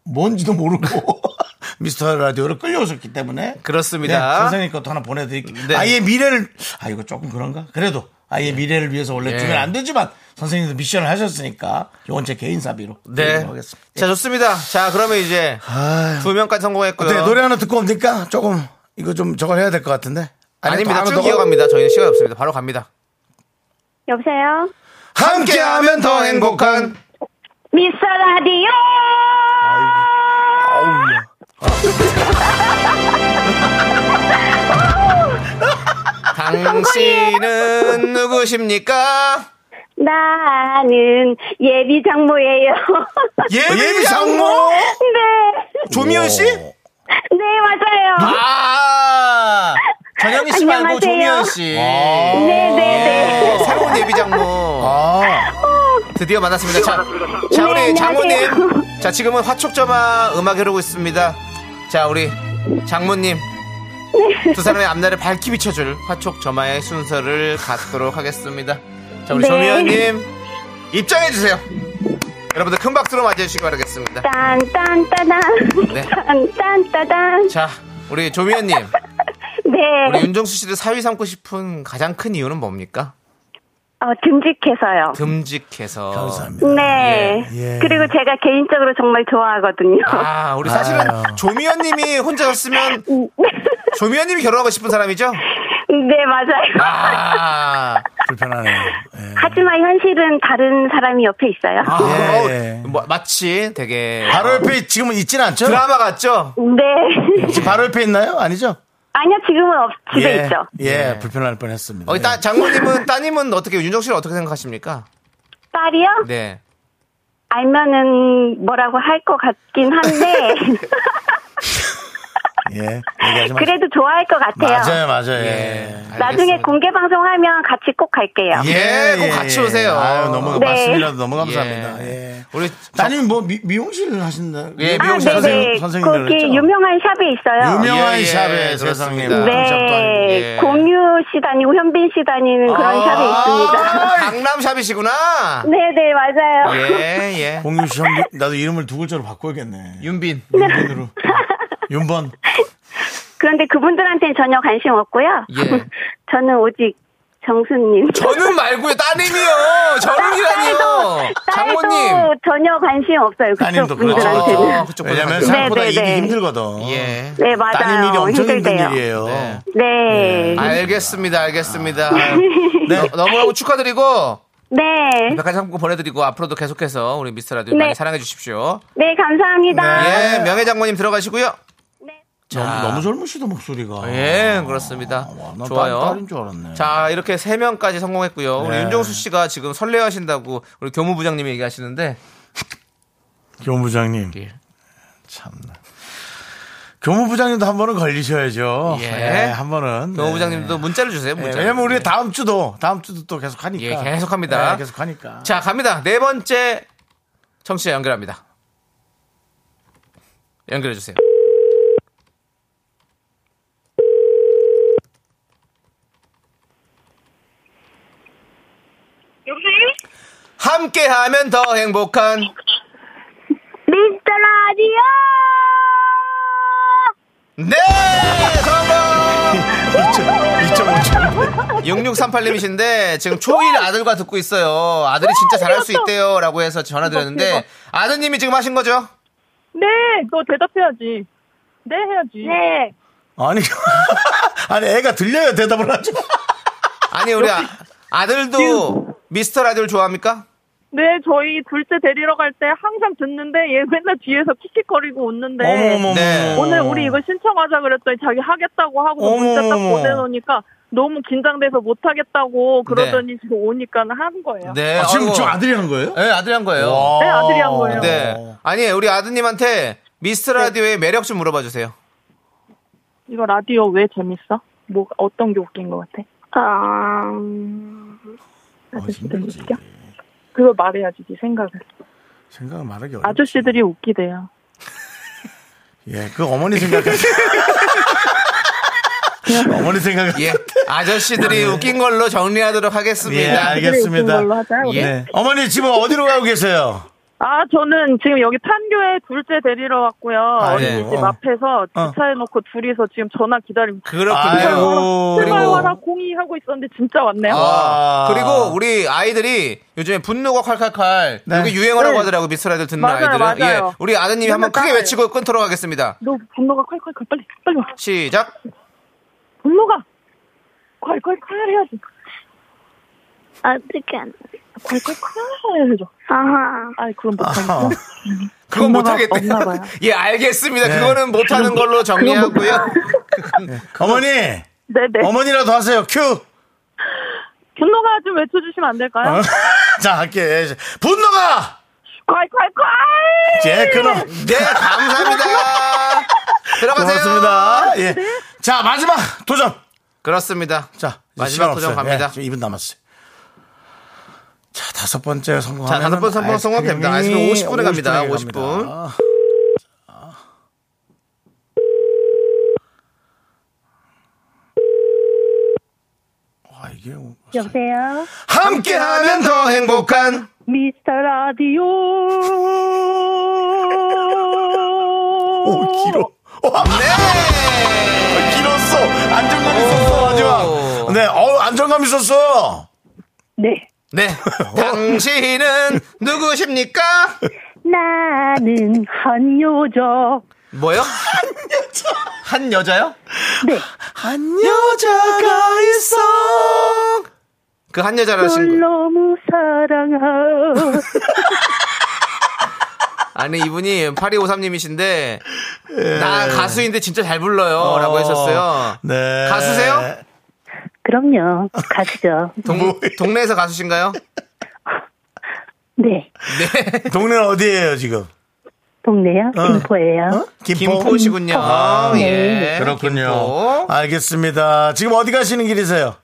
[SPEAKER 1] 뭔지도 모르고 미스터 라디오를 끌려오셨기 때문에
[SPEAKER 2] 그렇습니다.
[SPEAKER 1] 네, 선생님 것도 하나 보내드릴게요.
[SPEAKER 2] 네.
[SPEAKER 1] 아이의 미래를 아 이거 조금 그런가? 그래도 아이의 미래를 위해서 원래
[SPEAKER 2] 예.
[SPEAKER 1] 주면 안 되지만 선생님도 미션을 하셨으니까 요건 제 개인 사비로
[SPEAKER 2] 네.
[SPEAKER 1] 드리도록 하겠습니다.
[SPEAKER 2] 자, 좋습니다. 자, 그러면 이제
[SPEAKER 1] 아유.
[SPEAKER 2] 두 명까지 성공했고요.
[SPEAKER 1] 어떻게 노래 하나 듣고 옵니까? 조금 이거 좀 저걸 해야 될 것 같은데. 아니면 또
[SPEAKER 2] 아닙니다.
[SPEAKER 1] 하나
[SPEAKER 2] 쭉
[SPEAKER 1] 더-
[SPEAKER 2] 이어갑니다. 저희는 시간이 없습니다. 바로 갑니다.
[SPEAKER 5] 여보세요?
[SPEAKER 1] 함께하면 더 행복한
[SPEAKER 5] 미스터 라디오
[SPEAKER 2] 당신은 누구십니까?
[SPEAKER 5] 나는 예비 장모예요.
[SPEAKER 1] 예비 장모?
[SPEAKER 5] 네,
[SPEAKER 2] 조미연 씨?
[SPEAKER 5] 네 맞아요.
[SPEAKER 2] 아! 전영희 씨 말고
[SPEAKER 5] 안녕하세요.
[SPEAKER 2] 조미연
[SPEAKER 1] 아.
[SPEAKER 2] 씨.
[SPEAKER 5] 네네네.
[SPEAKER 2] 예, 새로운 예비 장모.
[SPEAKER 1] 아,
[SPEAKER 2] 어. 드디어 만났습니다. 자, 자
[SPEAKER 5] 네,
[SPEAKER 2] 우리
[SPEAKER 5] 안녕하세요.
[SPEAKER 2] 장모님. 자, 지금은 화촉점화 음악 이러고 있습니다. 자, 우리 장모님. 두 사람의 앞날을 밝히 비춰줄 화촉점화의 순서를 갖도록 하겠습니다. 자, 우리
[SPEAKER 5] 네.
[SPEAKER 2] 조미연님. 입장해주세요. 여러분들 큰 박수로 맞이해주시기 바라겠습니다.
[SPEAKER 5] 딴딴따단
[SPEAKER 2] 네.
[SPEAKER 5] 딴딴따단
[SPEAKER 2] 자, 우리 조미연님. 우리
[SPEAKER 5] 네,
[SPEAKER 2] 윤정수 씨를 사위 삼고 싶은 가장 큰 이유는 뭡니까?
[SPEAKER 5] 어, 듬직해서요.
[SPEAKER 2] 듬직해서.
[SPEAKER 1] 감사합니다.
[SPEAKER 5] 네.
[SPEAKER 1] 예.
[SPEAKER 5] 그리고 제가 개인적으로 정말 좋아하거든요.
[SPEAKER 2] 아, 우리 사실은
[SPEAKER 1] 아유.
[SPEAKER 2] 조미연님이 혼자였으면 조미연님이 결혼하고 싶은 사람이죠?
[SPEAKER 5] 네, 맞아요.
[SPEAKER 2] 아,
[SPEAKER 1] 불편하네요.
[SPEAKER 5] 하지만 현실은 다른 사람이 옆에 있어요.
[SPEAKER 2] 아
[SPEAKER 1] 예.
[SPEAKER 2] 어, 뭐, 마치 되게
[SPEAKER 1] 바로 옆에 지금은 있진 않죠?
[SPEAKER 2] 드라마 같죠?
[SPEAKER 5] 네.
[SPEAKER 1] 혹시 바로 옆에 있나요? 아니죠?
[SPEAKER 5] 아니요, 지금은 없, 집에
[SPEAKER 1] 예,
[SPEAKER 5] 있죠.
[SPEAKER 1] 예,
[SPEAKER 2] 예.
[SPEAKER 1] 불편할 뻔했습니다.
[SPEAKER 2] 어, 따, 장모님은 따님은 어떻게 윤정 씨를 어떻게 생각하십니까?
[SPEAKER 5] 딸이요?
[SPEAKER 2] 네.
[SPEAKER 5] 알면은 뭐라고 할 것 같긴 한데,
[SPEAKER 1] 예, 얘기하지 마세요.
[SPEAKER 5] 그래도 좋아할 것
[SPEAKER 1] 맞아요,
[SPEAKER 5] 같아요.
[SPEAKER 1] 맞아요.
[SPEAKER 2] 예.
[SPEAKER 1] 예.
[SPEAKER 5] 나중에
[SPEAKER 2] 알겠습니다.
[SPEAKER 5] 공개 방송하면 같이 꼭 갈게요.
[SPEAKER 2] 예, 꼭 같이 오세요.
[SPEAKER 1] 아유, 너무
[SPEAKER 5] 네.
[SPEAKER 1] 말씀이라도 너무 감사합니다. 예.
[SPEAKER 2] 우리
[SPEAKER 1] 따님 뭐 미, 미용실을 하신다.
[SPEAKER 2] 예,
[SPEAKER 5] 아,
[SPEAKER 2] 미용실
[SPEAKER 5] 네네.
[SPEAKER 1] 선생님, 선생님이라 그랬죠?
[SPEAKER 5] 거기 유명한 샵에 있어요.
[SPEAKER 1] 그렇죠? 유명한
[SPEAKER 2] 예, 예,
[SPEAKER 1] 샵에 세상에
[SPEAKER 2] 그렇습니다.
[SPEAKER 1] 무슨 샵도 아니고.
[SPEAKER 5] 네,
[SPEAKER 2] 예. 아,
[SPEAKER 5] 공유 씨 다니고 현빈 씨 다니는 그런 샵에 있습니다.
[SPEAKER 2] 강남샵이시구나.
[SPEAKER 5] 네, 네, 맞아요.
[SPEAKER 2] 예, 예.
[SPEAKER 1] 공유 씨, 형님, 나도 이름을 두 글자로 바꿔야겠네.
[SPEAKER 2] 윤빈.
[SPEAKER 1] 윤번으로. 윤번.
[SPEAKER 5] 그런데 그분들한테는 전혀 관심 없고요.
[SPEAKER 2] 예.
[SPEAKER 5] 저는 오직 정수님.
[SPEAKER 2] 저는 말고요, 따님이요. 저는이라니요. 장모님.
[SPEAKER 5] 딸도 전혀 관심 없어요. 그쪽
[SPEAKER 1] 따님도 그렇죠.
[SPEAKER 5] 분들한테는.
[SPEAKER 2] 아, 그쪽
[SPEAKER 1] 왜냐면
[SPEAKER 2] 분들한테는.
[SPEAKER 1] 생각보다
[SPEAKER 5] 네, 네,
[SPEAKER 1] 이기
[SPEAKER 5] 네.
[SPEAKER 1] 힘들거든.
[SPEAKER 2] 예.
[SPEAKER 5] 네, 맞아요.
[SPEAKER 1] 그렇죠. 따님 일이 엄청 힘든
[SPEAKER 5] 힘들대요.
[SPEAKER 1] 일이에요.
[SPEAKER 2] 네.
[SPEAKER 5] 네.
[SPEAKER 2] 알겠습니다, 알겠습니다.
[SPEAKER 1] 아.
[SPEAKER 2] 네. 너무너무 축하드리고,
[SPEAKER 5] 네.
[SPEAKER 2] 백화점 상품 보내드리고, 앞으로도 계속해서 우리 미스터 라디오
[SPEAKER 5] 네.
[SPEAKER 2] 많이 사랑해 주십시오.
[SPEAKER 5] 네, 감사합니다.
[SPEAKER 1] 네.
[SPEAKER 5] 네.
[SPEAKER 2] 예, 명예 장모님 들어가시고요. 자.
[SPEAKER 1] 너무, 너무 젊으시다, 목소리가.
[SPEAKER 2] 예, 그렇습니다.
[SPEAKER 1] 아, 와, 난
[SPEAKER 2] 좋아요.
[SPEAKER 1] 딸- 딸인 줄 알았네.
[SPEAKER 2] 자, 이렇게 세명까지 성공했고요. 우리
[SPEAKER 1] 네.
[SPEAKER 2] 윤종수 씨가 지금 설레하신다고 우리 교무부장님이 얘기하시는데,
[SPEAKER 1] 교무부장님.
[SPEAKER 2] 예.
[SPEAKER 1] 참나. 교무부장님도 한 번은 걸리셔야죠.
[SPEAKER 2] 예.
[SPEAKER 1] 한 번은. 네.
[SPEAKER 2] 교무부장님도 문자를 주세요,
[SPEAKER 1] 예,
[SPEAKER 2] 문자.
[SPEAKER 1] 왜냐면 우리 다음 주도, 다음 주도 또 계속 하니까.
[SPEAKER 2] 예, 계속합니다.
[SPEAKER 1] 예, 계속 하니까.
[SPEAKER 2] 자, 갑니다. 네 번째 청취자 연결합니다. 연결해 주세요. 함께 하면 더 행복한
[SPEAKER 5] 미스터 라디오!
[SPEAKER 2] 네! 성공!
[SPEAKER 1] 2.5초.
[SPEAKER 2] 6638님이신데 지금 초일 아들과 듣고 있어요. 아들이 진짜 잘할 수 있대요. 라고 해서 전화
[SPEAKER 1] 어,
[SPEAKER 2] 드렸는데 아드님이 지금 하신 거죠?
[SPEAKER 7] 네, 너 대답해야지. 네, 해야지.
[SPEAKER 5] 네.
[SPEAKER 1] 아니, 아니, 애가 들려야 대답을 하죠.
[SPEAKER 2] 아니, 우리 아, 아들도 미스터 라디오를 좋아합니까?
[SPEAKER 7] 네, 저희 둘째 데리러 갈 때 항상 듣는데 얘 맨날 뒤에서 킥킥거리고 웃는데
[SPEAKER 1] 어머머머.
[SPEAKER 2] 네.
[SPEAKER 7] 오늘 우리 이거 신청하자 그랬더니 자기 하겠다고 하고 뭐 문자 딱
[SPEAKER 1] 어머머머.
[SPEAKER 7] 보내놓으니까 너무 긴장돼서 못하겠다고 그러더니 지금 오니까 한 거예요. 네.
[SPEAKER 2] 네.
[SPEAKER 1] 아, 지금
[SPEAKER 2] 아이고.
[SPEAKER 1] 저 아들이 한 거예요?
[SPEAKER 2] 네, 아들이 한 거예요.
[SPEAKER 1] 와.
[SPEAKER 7] 아들이 한 거예요. 네.
[SPEAKER 2] 네. 아니, 우리 아드님한테 미스터 라디오의 매력 좀 물어봐 주세요.
[SPEAKER 7] 이거 라디오 왜 재밌어? 뭐 어떤 게 웃긴 것 같아?
[SPEAKER 5] 아, 음,
[SPEAKER 7] 아저씨들 웃겨? 그걸 말해야지 네 생각을.
[SPEAKER 1] 생각을 말하기 어렵
[SPEAKER 7] 아저씨들이 웃기대요.
[SPEAKER 1] 예, 그 어머니 생각하세요. 어머니 생각하세요.
[SPEAKER 2] 예. 아저씨들이 웃긴 걸로 정리하도록
[SPEAKER 1] 네. 예,
[SPEAKER 2] 하겠습니다.
[SPEAKER 1] 알겠습니다.
[SPEAKER 7] 걸로 하자, 우리.
[SPEAKER 1] 네. 어머니 지금 어디로 가고 계세요?
[SPEAKER 7] 아, 저는 지금 여기 판교에 둘째 데리러 왔고요.
[SPEAKER 1] 아,
[SPEAKER 2] 네.
[SPEAKER 7] 어린이집
[SPEAKER 1] 어.
[SPEAKER 7] 앞에서
[SPEAKER 1] 어.
[SPEAKER 7] 주차해놓고 둘이서 지금 전화 기다리고.
[SPEAKER 2] 그렇군요.
[SPEAKER 1] 아이고.
[SPEAKER 2] 그리고-
[SPEAKER 7] 출발 와라 공이하고 있었는데 진짜 왔네요.
[SPEAKER 2] 아,
[SPEAKER 1] 아.
[SPEAKER 2] 그리고 우리 아이들이 요즘에 분노가 칼칼칼
[SPEAKER 1] 네.
[SPEAKER 2] 이게 유행어라고
[SPEAKER 7] 네.
[SPEAKER 2] 하더라고 미스라디오 듣는
[SPEAKER 7] 맞아요,
[SPEAKER 2] 아이들은
[SPEAKER 7] 맞아요.
[SPEAKER 2] 예 우리 아드님이 한번 크게
[SPEAKER 7] 따라해요.
[SPEAKER 2] 외치고 끊도록 하겠습니다
[SPEAKER 7] 너 분노가 콸콸콸 빨리 빨리 와.
[SPEAKER 2] 시작
[SPEAKER 7] 분노가 콸콸콸 해야지.
[SPEAKER 5] 아, 어떻게 안,
[SPEAKER 8] 발톱 큰일 해줘.
[SPEAKER 7] 아하.
[SPEAKER 8] 아이, 그럼 못하겠다.
[SPEAKER 1] 아,
[SPEAKER 2] 그건
[SPEAKER 8] 엄마가
[SPEAKER 2] 못하겠대요.
[SPEAKER 8] 없나 봐요.
[SPEAKER 2] 예, 알겠습니다.
[SPEAKER 1] 네.
[SPEAKER 2] 그거는 못하는 걸로 정리하고요. 그
[SPEAKER 1] 어머니
[SPEAKER 7] 네네.
[SPEAKER 1] 어머니라도 하세요 큐.
[SPEAKER 7] 분노가 좀 외쳐주시면 안 될까요?
[SPEAKER 1] 어? 자 할게 분노가
[SPEAKER 7] 콸콸콸!
[SPEAKER 1] 예 그럼
[SPEAKER 2] 네, 감사합니다. 들어가세요.
[SPEAKER 1] 고맙습니다. 예.
[SPEAKER 7] 네.
[SPEAKER 1] 자 마지막 도전.
[SPEAKER 2] 그렇습니다.
[SPEAKER 1] 자 이제 시간
[SPEAKER 2] 마지막 도전
[SPEAKER 1] 없어요.
[SPEAKER 2] 갑니다.
[SPEAKER 1] 예, 지금 2분 남았어요. 자 다섯 번째 성공하면
[SPEAKER 2] 자, 다섯
[SPEAKER 1] 아,
[SPEAKER 2] 번 성공, 성공하면 됩니다.
[SPEAKER 1] 네,
[SPEAKER 2] 아이스크림 50분에 갑니다. 50분. 아,
[SPEAKER 1] 아 이게
[SPEAKER 2] 뭐-
[SPEAKER 8] 여보세요?
[SPEAKER 1] 함께하면 더 행복한
[SPEAKER 8] 미스터 라디오.
[SPEAKER 1] 오 길어. 와, 네. 길었어. 안정감 있었어. 마지막. 네. 어 안정감 있었어.
[SPEAKER 8] 네.
[SPEAKER 2] 네. 당신은 누구십니까?
[SPEAKER 8] 나는 한여자.
[SPEAKER 2] 뭐요? 한 여자요?
[SPEAKER 8] 네.
[SPEAKER 1] 한 여자가 있어.
[SPEAKER 2] 그 한 여자라는
[SPEAKER 8] 널
[SPEAKER 2] 친구.
[SPEAKER 8] 너무 사랑하.
[SPEAKER 2] 아니, 이분이 8253님이신데,
[SPEAKER 1] 예.
[SPEAKER 2] 나 가수인데 진짜 잘 불러요. 라고 했었어요.
[SPEAKER 1] 네.
[SPEAKER 2] 가수세요?
[SPEAKER 8] 그럼요. 가시죠.
[SPEAKER 1] 뭐.
[SPEAKER 2] 동, 동네에서 가수신가요?
[SPEAKER 8] 네.
[SPEAKER 2] 네.
[SPEAKER 1] 동네는 어디예요 지금?
[SPEAKER 8] 동네요.
[SPEAKER 1] 어.
[SPEAKER 8] 김포예요.
[SPEAKER 1] 어? 김포.
[SPEAKER 2] 김포시군요.
[SPEAKER 8] 아,
[SPEAKER 2] 예.
[SPEAKER 1] 그렇군요.
[SPEAKER 2] 김포.
[SPEAKER 1] 알겠습니다. 지금 어디 가시는 길이세요?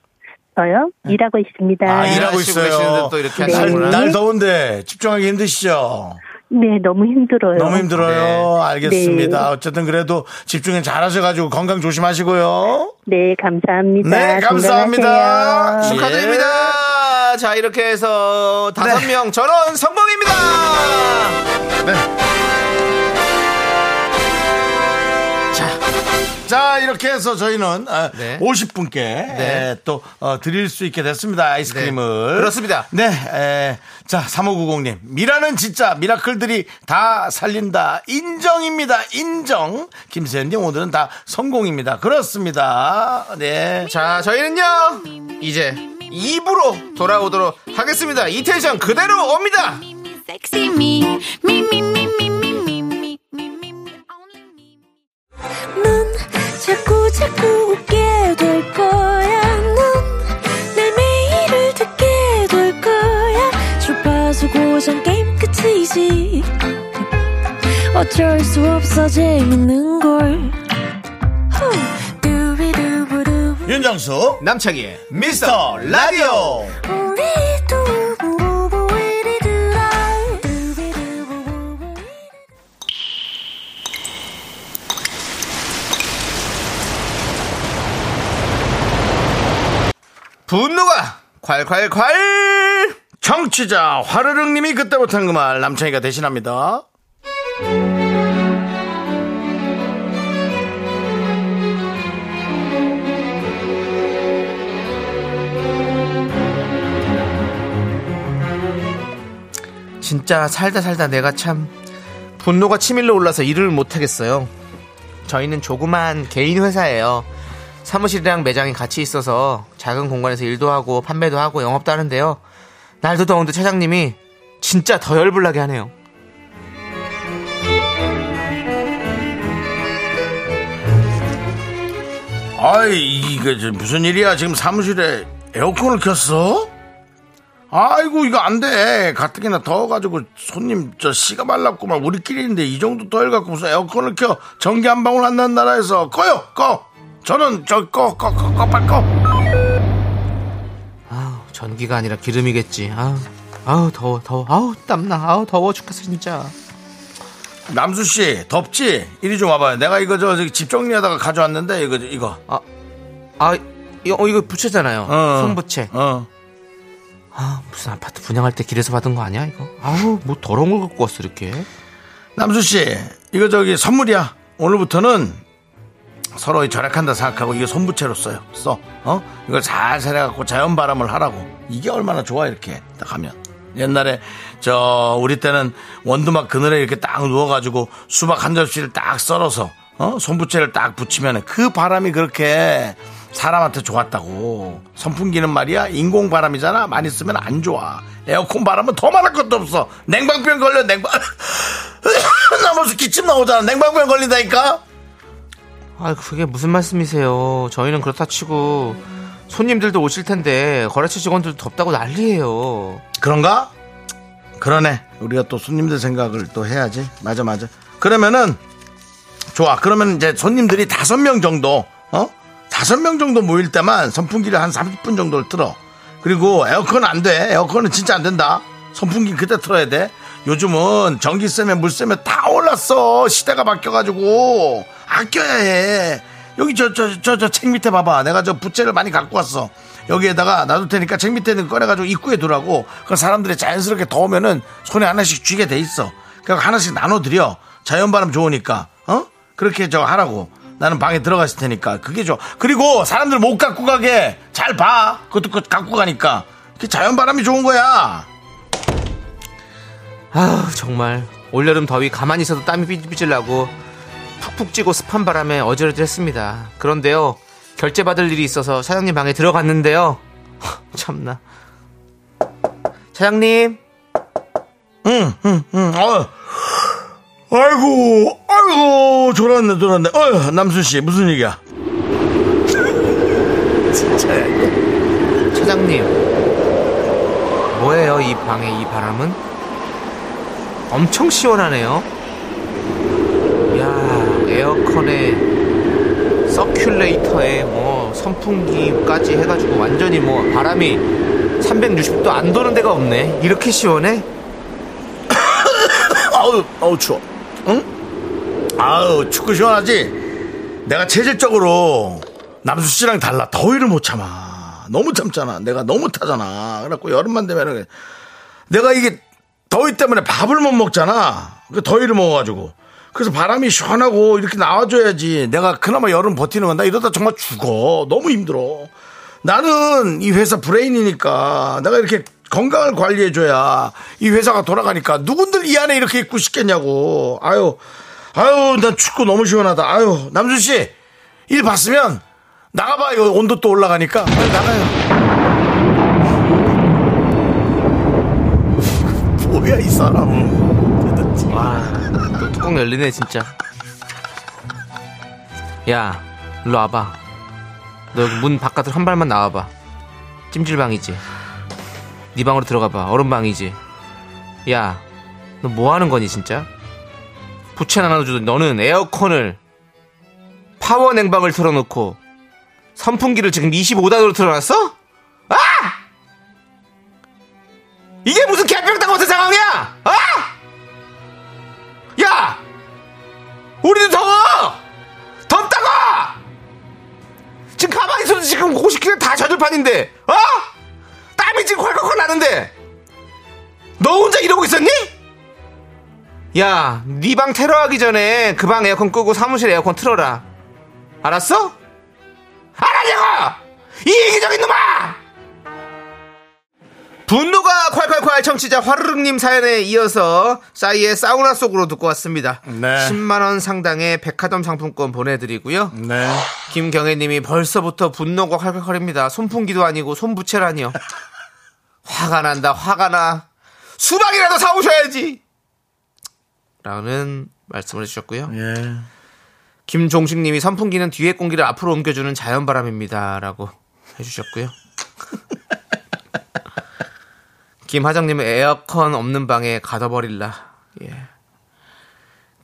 [SPEAKER 8] 저요? 일하고 있습니다.
[SPEAKER 1] 아,
[SPEAKER 2] 일하-
[SPEAKER 1] 일하고
[SPEAKER 2] 일하시고
[SPEAKER 1] 있어요.
[SPEAKER 2] 계시는데 또 이렇게
[SPEAKER 8] 네.
[SPEAKER 1] 날,
[SPEAKER 8] 하시구나.
[SPEAKER 1] 날 더운데 집중하기 힘드시죠?
[SPEAKER 8] 네, 너무 힘들어요.
[SPEAKER 1] 너무 힘들어요.
[SPEAKER 2] 네.
[SPEAKER 1] 알겠습니다. 어쨌든 그래도 집중은 잘 하셔가지고 건강 조심하시고요.
[SPEAKER 8] 네, 감사합니다.
[SPEAKER 1] 네, 감사합니다.
[SPEAKER 8] 건강하세요.
[SPEAKER 2] 축하드립니다. 자, 이렇게 해서 다섯
[SPEAKER 1] 예. 네.
[SPEAKER 2] 명 전원 성공입니다.
[SPEAKER 1] 자, 이렇게 해서 저희는 아,
[SPEAKER 2] 네.
[SPEAKER 1] 50분께 에, 또 어, 드릴 수 있게 됐습니다. 아이스크림을.
[SPEAKER 2] 네. 그렇습니다.
[SPEAKER 1] 네. 에, 자, 3590님. 미라는 진짜 미라클들이 다 살린다. 인정입니다. 인정. 김세현님 오늘은 다 성공입니다. 그렇습니다. 네.
[SPEAKER 2] 자, 저희는요, 이제 2부로 돌아오도록 하겠습니다. 이 텐션 그대로 옵니다.
[SPEAKER 9] Sexy me, me, me, me, me, me, me, me, me, me, me, only me. 넌 자꾸, 자꾸 웃게 될 거야. 넌내 매일을 듣게 될 거야. 주파수 고정 게임 끝이지. 어쩔 수 없어, 재밌는 걸. 후. 두비두부두.
[SPEAKER 1] 윤정수.
[SPEAKER 2] 남창희의
[SPEAKER 1] 미스터 라디오.
[SPEAKER 9] 우리 두부부부 우리 두라. 두비두부부부 우리 두라.
[SPEAKER 2] 분노가 콸콸콸!
[SPEAKER 1] 정취자 화르릉님이 그때 못한 그 말 남창희가 대신합니다.
[SPEAKER 2] 진짜 살다 살다 내가 참 분노가 치밀러 올라서 일을 못하겠어요. 저희는 조그만 개인 회사예요. 사무실이랑 매장이 같이 있어서 작은 공간에서 일도 하고 판매도 하고 영업도 하는데요. 날도 더운데 차장님이 진짜 더 열불나게 하네요.
[SPEAKER 1] 아이 이게 지금 무슨 일이야 지금 사무실에 에어컨을 켰어? 아이고 이거 안돼 가뜩이나 더워가지고 손님 저 씨가 말랐구만 우리끼리인데 이 정도 더워갖고 무슨 에어컨을 켜 전기 한 방울 안 나는 나라에서 꺼요 꺼 저는 저 꺼 꺼 꺼꺼 빨리 꺼
[SPEAKER 2] 아우, 전기가 아니라 기름이겠지. 아우, 아우 더워 더워. 아우 땀나. 아우 더워 죽겠어 진짜.
[SPEAKER 1] 남수씨 덥지? 이리 좀 와봐요 내가 이거 저 집 정리하다가 가져왔는데 이거 이거
[SPEAKER 2] 아 이거, 어, 이거 부채잖아요.
[SPEAKER 1] 어.
[SPEAKER 2] 손부채.
[SPEAKER 1] 어
[SPEAKER 2] 아 무슨 아파트 분양할 때 길에서 받은 거 아니야 이거? 아우 뭐 더러운 걸 갖고 왔어 이렇게.
[SPEAKER 1] 남수씨 이거 저기 선물이야 오늘부터는 서로의 절약한다 생각하고 이거 손부채로 써요 써 어? 이걸 잘 세려갖고 자연바람을 하라고 이게 얼마나 좋아 이렇게 딱 하면 옛날에 저 우리 때는 원두막 그늘에 이렇게 딱 누워가지고 수박 한 접시를 딱 썰어서 어? 손부채를 딱 붙이면 그 바람이 그렇게 사람한테 좋았다고. 선풍기는 말이야 인공 바람이잖아. 많이 쓰면 안 좋아. 에어컨 바람은 더 말할 것도 없어. 냉방병 걸려 냉방 나무수 기침 나오잖아. 냉방병 걸린다니까.
[SPEAKER 2] 아, 그게 무슨 말씀이세요? 저희는 그렇다 치고 손님들도 오실 텐데 거래처 직원들도 덥다고 난리예요.
[SPEAKER 1] 그런가? 그러네. 우리가 또 손님들 생각을 또 해야지. 맞아, 맞아. 그러면은, 좋아. 그러면 이제 손님들이 다섯 명 정도, 어? 다섯 명 정도 모일 때만 선풍기를 한 30분 정도를 틀어. 그리고 에어컨 안 돼. 에어컨은 진짜 안 된다. 선풍기 그때 틀어야 돼. 요즘은 전기세면 물세면 다 올랐어. 시대가 바뀌어가지고. 아껴야 해. 여기 저, 저, 저, 저 책 밑에 봐봐. 내가 저 부채를 많이 갖고 왔어. 여기에다가 놔둘 테니까 책 밑에는 꺼내가지고 입구에 두라고. 그 사람들이 자연스럽게 더우면은 손에 하나씩 쥐게 돼 있어. 그러니까 하나씩 나눠드려. 자연바람 좋으니까. 어? 그렇게 저 하라고. 나는 방에 들어가 있을 테니까. 그게 좋아. 그리고 사람들 못 갖고 가게. 잘 봐. 그것도 그 갖고 가니까. 그게 자연바람이 좋은 거야.
[SPEAKER 2] 아, 정말 올여름 더위 가만히 있어도 땀이 삐질삐질 나고 푹푹 찌고 습한 바람에 어질어질했습니다. 그런데요, 결제 받을 일이 있어서 사장님 방에 들어갔는데요. 참나. 사장님,
[SPEAKER 1] 응, 응, 응. 어. 아이고, 아이고, 졸았네, 졸았네. 어, 남순 씨, 무슨 얘기야?
[SPEAKER 2] 사장님. 뭐예요, 이 방에 이 바람은? 엄청 시원하네요. 야, 에어컨에 서큘레이터에 뭐 선풍기까지 해가지고 완전히 뭐 바람이 360도 안 도는 데가 없네. 이렇게 시원해?
[SPEAKER 1] 아우, 아우, 추워. 응? 아우, 춥고 시원하지? 내가 체질적으로 남수 씨랑 달라. 더위를 못 참아. 너무 참잖아. 내가 너무 타잖아. 그래갖고 여름만 되면은 내가 이게 더위 때문에 밥을 못 먹잖아. 그 더위를 먹어가지고. 그래서 바람이 시원하고 이렇게 나와줘야지. 내가 그나마 여름 버티는 건다. 이러다 정말 죽어. 너무 힘들어. 나는 이 회사 브레인이니까 내가 이렇게 건강을 관리해줘야 이 회사가 돌아가니까 누군들 이 안에 이렇게 있고 싶겠냐고. 아유, 아유, 난 춥고 너무 시원하다. 아유, 남준 씨, 일 봤으면 나가봐. 이거 온도 또 올라가니까. 빨리 나가요. 뭐야, 이 사람은.
[SPEAKER 2] 음. 와, 또 뚜껑 열리네, 진짜. 야, 일로 와봐. 너 여기 문 바깥으로 한 발만 나와봐. 찜질방이지. 네 방으로 들어가봐. 얼음방이지. 야, 너 뭐 하는 거니, 진짜? 부채 나눠주던 너는 에어컨을 파워 냉방을 틀어놓고 선풍기를 지금 25단으로 틀어놨어? 아! 이게 무슨 개병당 같은 상황이야! 아! 야! 우리도 더워! 덥다고! 지금 가만히 있어도 지금 50kg 다 젖을 판인데, 어? 땀이 지금 콸콸콸 나는데, 너 혼자 이러고 있었니? 야, 네 방 테러하기 전에 그 방 에어컨 끄고 사무실 에어컨 틀어라. 알았어? 알았냐고! 이 이기적인 놈아! 분노가 콸콸콸 청취자 화르릉님 사연에 이어서 싸이의 사우나 속으로 듣고 왔습니다.
[SPEAKER 1] 네.
[SPEAKER 2] 10만원 상당의 백화점 상품권 보내드리고요.
[SPEAKER 1] 네.
[SPEAKER 2] 김경애님이 벌써부터 분노가 칼칼칼입니다. 손풍기도 아니고 손부채라니요. 화가 난다, 화가 나. 수박이라도 사오셔야지! 라는 말씀을 해주셨고요.
[SPEAKER 1] 예.
[SPEAKER 2] 김종식님이 선풍기는 뒤에 공기를 앞으로 옮겨주는 자연바람입니다. 라고 해주셨고요. 김하정님은 에어컨 없는 방에 가둬버릴라. 예.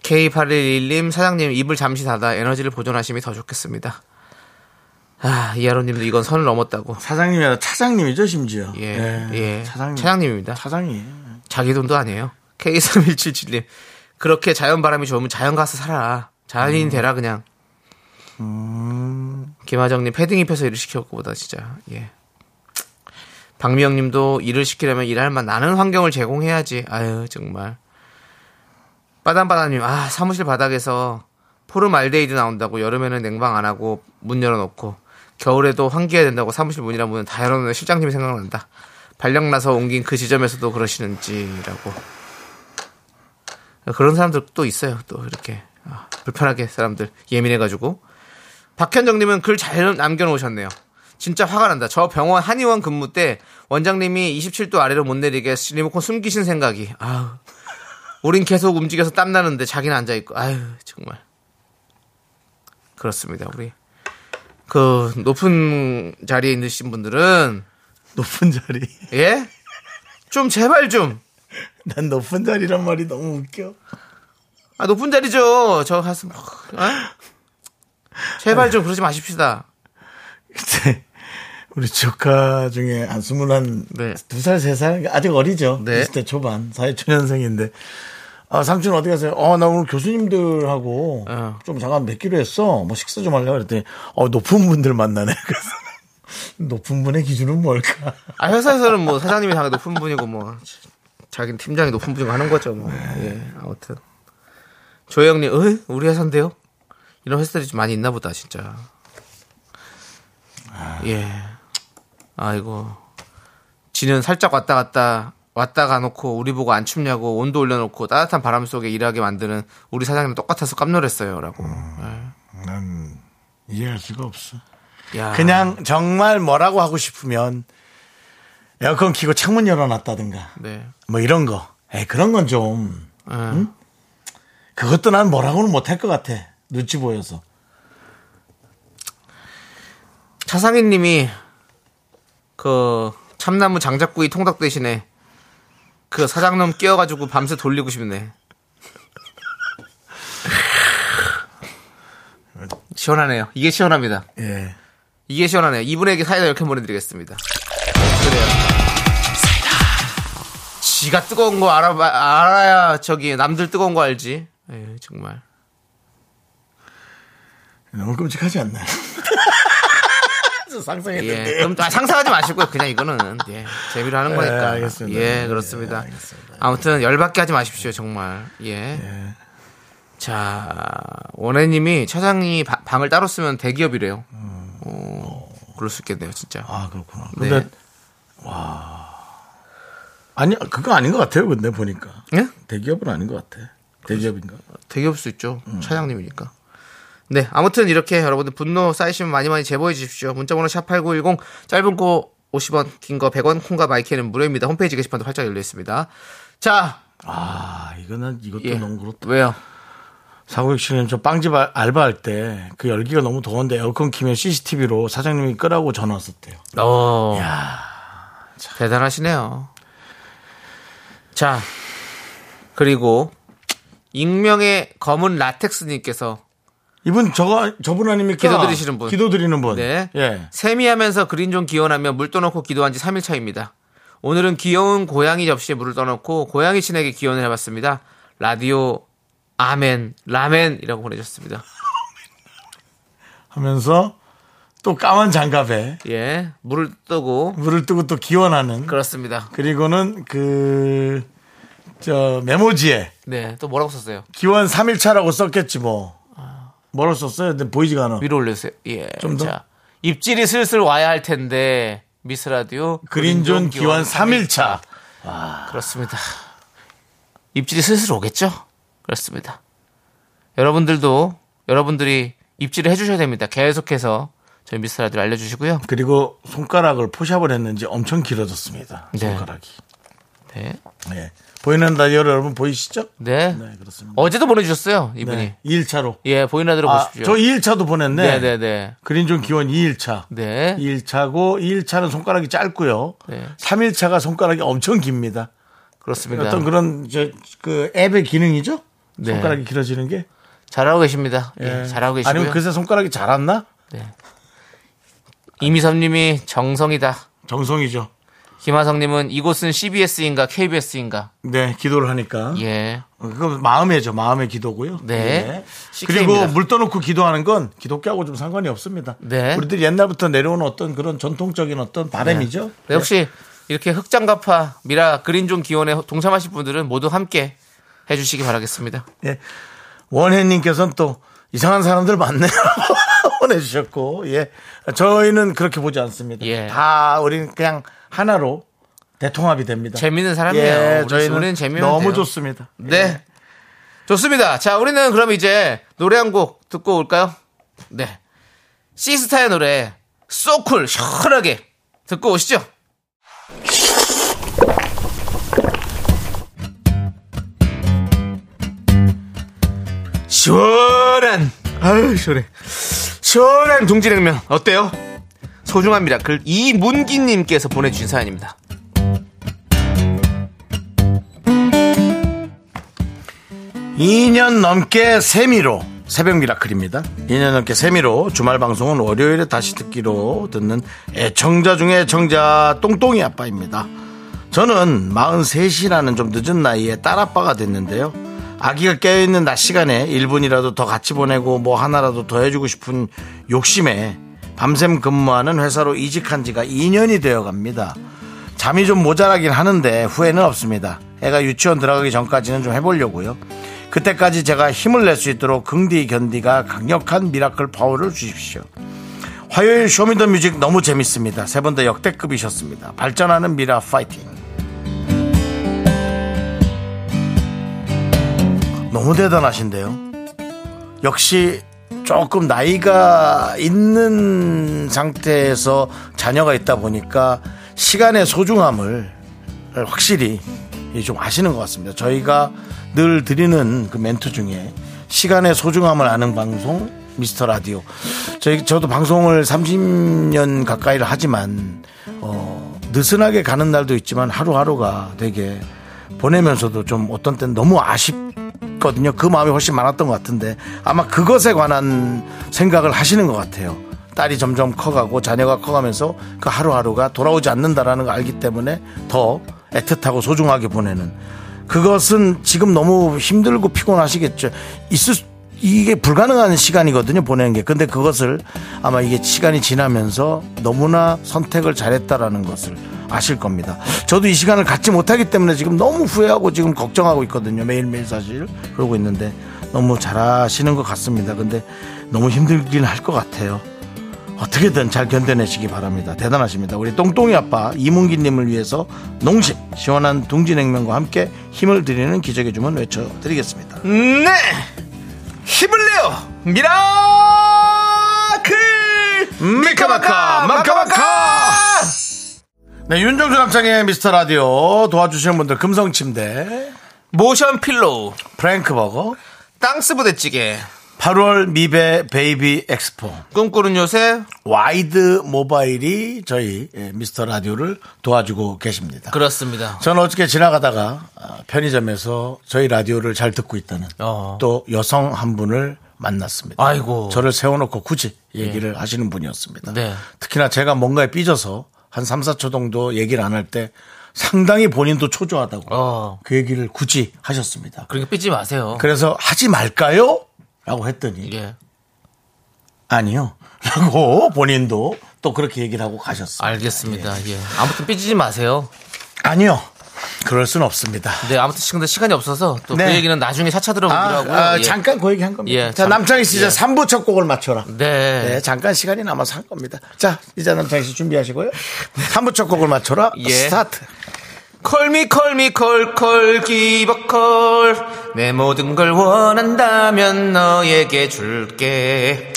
[SPEAKER 2] K8121님, 사장님, 입을 잠시 닫아 에너지를 보존하심이 더 좋겠습니다. 아, 이하로님도 이건 선을 넘었다고.
[SPEAKER 1] 사장님이 아니라 차장님이죠, 심지어.
[SPEAKER 2] 예, 예.
[SPEAKER 1] 차장님.
[SPEAKER 2] 차장님입니다.
[SPEAKER 1] 차장이에요.
[SPEAKER 2] 자기 돈도 아니에요. K3177님. 그렇게 자연바람이 좋으면 자연 가서 살아. 자연인 되라, 그냥. 음. 김하정님, 패딩 입혀서 일을 시킬 것보다 진짜, 예. 박미영님도 일을 시키려면 일할 만 나는 환경을 제공해야지. 아유, 정말. 빠담빠담님, 아, 사무실 바닥에서 포름알데히드 나온다고 여름에는 냉방 안 하고 문 열어놓고 겨울에도 환기해야 된다고 사무실 문이랑 문은 다 열어놓는 실장님이 생각난다. 발령나서 옮긴 그 지점에서도 그러시는지라고. 그런 사람들 또 있어요. 또 이렇게 아, 불편하게 사람들 예민해가지고 박현정님은 글 잘 남겨놓으셨네요. 진짜 화가 난다. 저 병원 한의원 근무 때 원장님이 27도 아래로 못 내리게 리모컨 숨기신 생각이. 아우. 우린 계속 움직여서 땀나는데 자기는 앉아있고. 아유, 정말. 그렇습니다. 우리. 그, 높은 자리에 있으신 분들은.
[SPEAKER 1] 높은 자리.
[SPEAKER 2] 예? 좀 제발 좀.
[SPEAKER 1] 난 높은 자리란 말이 너무 웃겨.
[SPEAKER 2] 아, 높은 자리죠. 저 가슴. 어? 제발 좀 그러지 마십시다.
[SPEAKER 1] 그때 우리 조카 중에 한 스물한
[SPEAKER 2] 네.
[SPEAKER 1] 두 살, 세 살? 그러니까 아직 어리죠.
[SPEAKER 2] 네.
[SPEAKER 1] 20대 초반, 사회초년생인데. 아, 삼촌 어디 가세요? 아, 나 오늘 교수님들하고
[SPEAKER 2] 어.
[SPEAKER 1] 좀 잠깐 뵙기로 했어. 뭐 식사 좀 하려고 그랬더니, 어, 높은 분들 만나네. 그래서 높은 분의 기준은 뭘까?
[SPEAKER 2] 아 회사에서는 뭐 사장님이 당연히 높은 분이고 뭐 자기는 팀장이 높은 분이고 하는 거죠 뭐. 예 아무튼 조영님, 어? 우리 회사인데요? 이런 회사들이 좀 많이 있나 보다 진짜. 예. 아이고 지는 살짝 왔다 갔다 왔다 가놓고 우리 보고 안 춥냐고 온도 올려놓고 따뜻한 바람 속에 일하게 만드는 우리 사장님 똑같아서 깜놀했어요라고.
[SPEAKER 1] 음.
[SPEAKER 2] 네.
[SPEAKER 1] 난 이해할 수가 없어.
[SPEAKER 2] 야.
[SPEAKER 1] 그냥 정말 뭐라고 하고 싶으면 에어컨 키고 창문 열어놨다든가
[SPEAKER 2] 네.
[SPEAKER 1] 뭐 이런 거. 에이, 그런 건 좀
[SPEAKER 2] 예.
[SPEAKER 1] 그것도 난 뭐라고는 못할 것 같아. 눈치 보여서.
[SPEAKER 2] 차상희님이 그 참나무 장작구이 통닭 대신에 그 사장놈 끼워가지고 밤새 돌리고 싶네. 시원하네요. 이게 시원합니다.
[SPEAKER 1] 예.
[SPEAKER 2] 이게 시원하네요. 이분에게 사이다 이렇게 보내드리겠습니다. 그래요. 지가 뜨거운 거 알아, 알아야 저기 남들 뜨거운 거 알지. 예, 정말.
[SPEAKER 1] 너무 끔찍하지 않나요? 저 상상했는데.
[SPEAKER 2] 예. 그럼 아, 상상하지 마시고요. 그냥 이거는 예, 재미로 하는 거니까.
[SPEAKER 1] 예, 알겠습니다.
[SPEAKER 2] 예, 그렇습니다.
[SPEAKER 1] 예, 알겠습니다.
[SPEAKER 2] 아무튼 열받게 하지 마십시오, 정말. 예. 자, 원해님이 차장이 바- 방을 따로 쓰면 대기업이래요. 어, 그럴 수 있겠네요, 진짜.
[SPEAKER 1] 음. 아 그렇구나.
[SPEAKER 2] 네.
[SPEAKER 1] 근데 아니 그거 아닌 것 같아요. 근데 보니까
[SPEAKER 2] 예?
[SPEAKER 1] 대기업은 아닌 것 같아. 대기업인가?
[SPEAKER 2] 대기업 수 있죠. 차장님이니까. 네, 아무튼 이렇게 여러분들 분노 쌓이시면 많이 많이 제보해 주십시오. 문자번호 샵8910 짧은 거 50원, 긴 거 100원, 콩과 마이크는 무료입니다. 홈페이지 게시판도 활짝 열려 있습니다. 자,
[SPEAKER 1] 아 이거는 이것도
[SPEAKER 2] 예.
[SPEAKER 1] 너무 그렇다.
[SPEAKER 2] 왜요?
[SPEAKER 1] 사고육씨는 저 빵집 알- 알바할 때 그 열기가 너무 더운데 에어컨 키면 CCTV로 사장님이 끄라고 전화 왔었대요.
[SPEAKER 2] 어. 대단하시네요. 자, 그리고 익명의 검은 라텍스님께서
[SPEAKER 1] 이분 저거 저분 아닙니까?
[SPEAKER 2] 기도 드리시는 분.
[SPEAKER 1] 기도 드리는 분.
[SPEAKER 2] 네.
[SPEAKER 1] 예.
[SPEAKER 2] 세미하면서 그린존 기원하며 물 떠넣고 기도한 지 3일 차입니다. 오늘은 귀여운 고양이 접시에 물을 떠넣고 고양이 신에게 기원을 해봤습니다. 라디오 아멘 라멘이라고 보내셨습니다.
[SPEAKER 1] 하면서 또 까만 장갑에
[SPEAKER 2] 예, 물을 떠고
[SPEAKER 1] 물을 뜨고 또 기원하는.
[SPEAKER 2] 그렇습니다.
[SPEAKER 1] 그리고는 그 저 메모지에
[SPEAKER 2] 네, 또 뭐라고 썼어요?
[SPEAKER 1] 기원 3일차라고 썼겠지 뭐. 뭐라고 썼어요? 근데 보이지가 않아.
[SPEAKER 2] 위로 올려주세요. 예,
[SPEAKER 1] 좀 더?
[SPEAKER 2] 자, 입질이 슬슬 와야 할 텐데 미스 라디오 아,
[SPEAKER 1] 그린존 기원 3일차.
[SPEAKER 2] 그렇습니다. 입질이 슬슬 오겠죠? 그렇습니다. 여러분들도 여러분들이 입질을 해주셔야 됩니다. 계속해서 저희 미스터라디오 알려주시고요.
[SPEAKER 1] 그리고 손가락을 포샵을 했는지 엄청 길어졌습니다.
[SPEAKER 2] 네.
[SPEAKER 1] 손가락이.
[SPEAKER 2] 네.
[SPEAKER 1] 네. 보이는 라디오 여러분 보이시죠?
[SPEAKER 2] 네.
[SPEAKER 1] 네, 그렇습니다.
[SPEAKER 2] 어제도 보내주셨어요, 이분이.
[SPEAKER 1] 네. 2일차로.
[SPEAKER 2] 예, 보이는 라디오
[SPEAKER 1] 아,
[SPEAKER 2] 보십시오.
[SPEAKER 1] 저 2일차도 보냈네.
[SPEAKER 2] 네, 네, 네.
[SPEAKER 1] 그린존 기원 2일차.
[SPEAKER 2] 네.
[SPEAKER 1] 2일차고 2일차는 손가락이 짧고요.
[SPEAKER 2] 네.
[SPEAKER 1] 3일차가 손가락이 엄청 깁니다.
[SPEAKER 2] 그렇습니다.
[SPEAKER 1] 어떤 그런 저, 그 앱의 기능이죠?
[SPEAKER 2] 네.
[SPEAKER 1] 손가락이 길어지는 게.
[SPEAKER 2] 잘하고 계십니다. 예,
[SPEAKER 1] 예.
[SPEAKER 2] 잘하고 계시고요. 네.
[SPEAKER 1] 아니면 그새 손가락이 자랐나?
[SPEAKER 2] 이미섭님이 정성이다.
[SPEAKER 1] 정성이죠.
[SPEAKER 2] 김하성님은 이곳은 CBS인가 KBS인가.
[SPEAKER 1] 네, 기도를 하니까. 어,
[SPEAKER 2] 예.
[SPEAKER 1] 그건 마음이죠. 마음의 기도고요.
[SPEAKER 2] 네.
[SPEAKER 1] 예. 그리고
[SPEAKER 2] 식혜입니다.
[SPEAKER 1] 물 떠놓고 기도하는 건 기독교하고 좀 상관이 없습니다.
[SPEAKER 2] 네.
[SPEAKER 1] 우리들 옛날부터 내려온 어떤 그런 전통적인 어떤 바람이죠.
[SPEAKER 2] 네, 혹시 이렇게 흑장갑파 미라 그린존 기원에 동참하실 분들은 모두 함께 해주시기 바라겠습니다.
[SPEAKER 1] 예. 원혜님께서는 또 이상한 사람들 많네요. 보내주셨고, 예. 저희는 그렇게 보지 않습니다.
[SPEAKER 2] 예.
[SPEAKER 1] 다 우리는 그냥 하나로 대통합이 됩니다.
[SPEAKER 2] 재밌는 사람이에요.
[SPEAKER 1] 예,
[SPEAKER 2] 우리 우리는
[SPEAKER 1] 저희는
[SPEAKER 2] 재미면
[SPEAKER 1] 너무
[SPEAKER 2] 돼요.
[SPEAKER 1] 좋습니다.
[SPEAKER 2] 네. 좋습니다. 자, 우리는 그럼 이제 노래 한 곡 듣고 올까요? 네. 시스타의 노래 소쿨 시원하게 듣고 오시죠. 시원한 아유 시원해 시원한 동지냉면 어때요? 소중한 미라클 이문기님께서 보내주신 사연입니다.
[SPEAKER 1] 이 년 넘게 세미로 새벽 미라클입니다. 이 년 넘게 세미로 주말 방송은 월요일에 다시 듣기로 듣는 애청자 중에 애청자 똥똥이 아빠입니다. 저는 43이라는 좀 늦은 나이에 딸아빠가 됐는데요. 아기가 깨어있는 낮 시간에 1분이라도 더 같이 보내고 뭐 하나라도 더 해주고 싶은 욕심에 밤샘 근무하는 회사로 이직한 지가 2년이 되어 갑니다. 잠이 좀 모자라긴 하는데 후회는 없습니다. 애가 유치원 들어가기 전까지는 좀 해보려고요. 그때까지 제가 힘을 낼 수 있도록 긍디 견디가 강력한 미라클 파워를 주십시오. 화요일 쇼미더뮤직 너무 재밌습니다. 세 분 다 역대급이셨습니다. 발전하는 미라 파이팅. 너무 대단하신데요. 역시 조금 나이가 있는 상태에서 자녀가 있다 보니까 시간의 소중함을 확실히 좀 아시는 것 같습니다. 저희가 늘 드리는 그 멘트 중에 시간의 소중함을 아는 방송 미스터 라디오. 저희 저도 방송을 30년 가까이를 하지만 어, 느슨하게 가는 날도 있지만 하루하루가 되게 보내면서도 좀 어떤 때는 너무 아쉽거든요. 그 마음이 훨씬 많았던 것 같은데 아마 그것에 관한 생각을 하시는 것 같아요. 딸이 점점 커가고 자녀가 커가면서 그 하루하루가 돌아오지 않는다라는 걸 알기 때문에 더 애틋하고 소중하게 보내는 그것은 지금 너무 힘들고 피곤하시겠죠. 있을 수- 이게 불가능한 시간이거든요 보내는 게 근데 그것을 아마 이게 시간이 지나면서 너무나 선택을 잘했다라는 것을 아실 겁니다 저도 이 시간을 갖지 못하기 때문에 지금 너무 후회하고 지금 걱정하고 있거든요 매일매일 사실 그러고 있는데 너무 잘하시는 것 같습니다 근데 너무 힘들긴 할 것 같아요 어떻게든 잘 견뎌내시기 바랍니다. 대단하십니다. 우리 똥똥이 아빠 이문기님을 위해서 농심 시원한 둥지냉면과 함께 힘을 드리는 기적의 주문 외쳐드리겠습니다.
[SPEAKER 6] 음,
[SPEAKER 2] 네! 힘을 내요! 미라클!
[SPEAKER 1] 미카마카 마카마카 네 윤정수 남창의 미스터 라디오 도와주시는 분들 금성침대
[SPEAKER 2] 모션 필로우,
[SPEAKER 1] 프랭크버거
[SPEAKER 2] 땅스 부대찌개,
[SPEAKER 1] 8월 미베 베이비 엑스포
[SPEAKER 2] 꿈꾸는 요새,
[SPEAKER 1] 와이드 모바일이 저희 예, 미스터 라디오를 도와주고 계십니다.
[SPEAKER 2] 그렇습니다.
[SPEAKER 1] 저는 어저께 지나가다가 아, 편의점에서 저희 라디오를 잘 듣고 있다는
[SPEAKER 2] 어.
[SPEAKER 1] 또 여성 한 분을 만났습니다.
[SPEAKER 2] 아이고. 예.
[SPEAKER 1] 저를 세워놓고 굳이 얘기를 하시는 분이었습니다.
[SPEAKER 2] 네.
[SPEAKER 1] 특히나 제가 뭔가에 삐져서 한 3, 4초 정도 얘기를 안 할 때 상당히 본인도 초조하다고
[SPEAKER 2] 어.
[SPEAKER 1] 그 얘기를 굳이 하셨습니다.
[SPEAKER 2] 그렇게 삐지 마세요.
[SPEAKER 1] 그래서 하지 말까요? 라고 했더니
[SPEAKER 2] 예.
[SPEAKER 1] 아니요. 라고 본인도 또 그렇게 얘기를 하고 가셨어요.
[SPEAKER 2] 알겠습니다. 예. 아무튼 삐지지 마세요.
[SPEAKER 1] 아니요. 그럴 순 없습니다.
[SPEAKER 2] 네, 아무튼 지금 시간이 없어서 또 그
[SPEAKER 1] 네.
[SPEAKER 2] 얘기는 나중에 차차 들어보기라고.
[SPEAKER 1] 아, 아, 잠깐 그 얘기 한 겁니다.
[SPEAKER 2] 예,
[SPEAKER 1] 자,
[SPEAKER 2] 잠-
[SPEAKER 1] 남창희 씨 이제
[SPEAKER 2] 예.
[SPEAKER 1] 3부 첫 곡을 맞춰라.
[SPEAKER 2] 네.
[SPEAKER 1] 네, 잠깐 시간이 남아서 한 겁니다. 자, 이제 남창희 씨 준비하시고요. 3부 첫 곡을 맞춰라.
[SPEAKER 2] 예.
[SPEAKER 1] 스타트.
[SPEAKER 2] 콜미 콜미 콜콜 기버콜 내 모든 걸 원한다면 너에게 줄게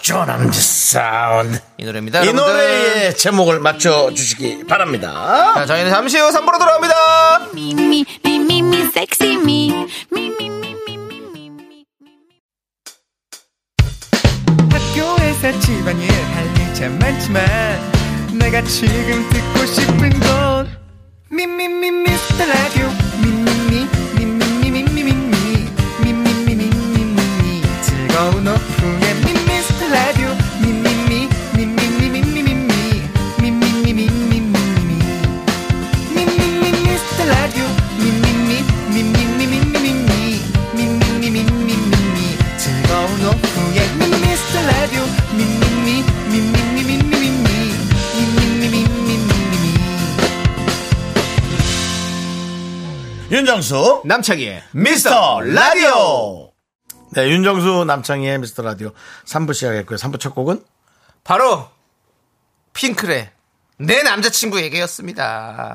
[SPEAKER 1] 조남지 사운드.
[SPEAKER 2] 이 노래입니다
[SPEAKER 1] 이
[SPEAKER 2] 여러분들.
[SPEAKER 1] 노래의 제목을 맞춰주시기 바랍니다.
[SPEAKER 2] 자 저희는 네, 잠시 후 3부로 돌아옵니다
[SPEAKER 9] 미미 미미미 섹시 미 미미미
[SPEAKER 10] 학교에서 집안일 할 일 참 많지만 내가 지금 듣고 싶은 건 미미미 미스터 라디오 미미미 미미미 미미미 미미미 미미미 즐거운 오후에 미미스터 라디오 미미미 미미미 미미미 미미미 미미미 미미미 미스터 라디오 미미미 미미미 미미미 미미미 미미미 즐거운 오후에 미스터 라디오 미미미 미미미 미미미 미미미 미미미
[SPEAKER 1] 윤정수.
[SPEAKER 2] 남창희의
[SPEAKER 1] 미스터 라디오. 네, 윤정수 남창희의 미스터 라디오 3부 시작했고요. 3부 첫 곡은
[SPEAKER 2] 바로 핑클의 내 남자친구에게였습니다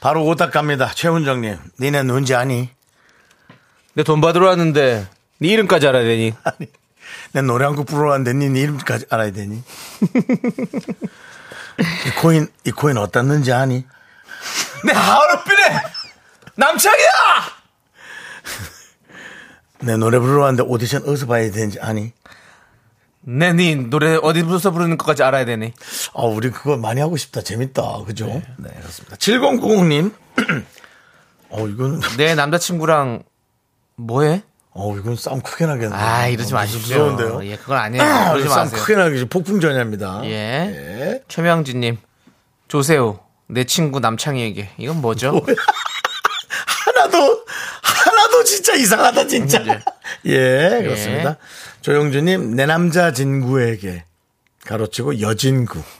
[SPEAKER 1] 바로 오딱 갑니다. 최훈정님. 니네 누군지 아니?
[SPEAKER 2] 내 돈 받으러 왔는데 네 이름까지 알아야 되니
[SPEAKER 1] 아니. 내 노래 한 곡 부르러 왔는데 니네 이름까지 알아야 되니? 이 코인, 이 코인 어떻는지 아니?
[SPEAKER 2] 내 하얼빈에 남창이야!
[SPEAKER 1] 내 노래 부르러 왔는데 오디션 어디서 봐야 되는지 아니?
[SPEAKER 2] 내 네 노래 어디서 부르는 것까지 알아야 되니?
[SPEAKER 1] 아, 우리 그거 많이 하고 싶다. 재밌다. 그죠? 네, 그렇습니다. 7090님. 어, 이거는.
[SPEAKER 2] 내 네, 남자친구랑 뭐해?
[SPEAKER 1] 어, 이건 싸움 크게 나겠네.
[SPEAKER 2] 아, 이러지
[SPEAKER 1] 어,
[SPEAKER 2] 마십시오.
[SPEAKER 1] 무서운데요.
[SPEAKER 2] 예, 그건 아니에요. 그러지
[SPEAKER 1] 싸움
[SPEAKER 2] 마세요.
[SPEAKER 1] 크게 나겠죠. 폭풍전야입니다. 네.
[SPEAKER 2] 예. 최명진님, 조세호, 내 친구 남창희에게. 이건 뭐죠?
[SPEAKER 1] 하나도, 하나도 진짜 이상하다, 진짜. 예, 그렇습니다. 조영주님, 내 남자 진구에게. 가로치고 여진구.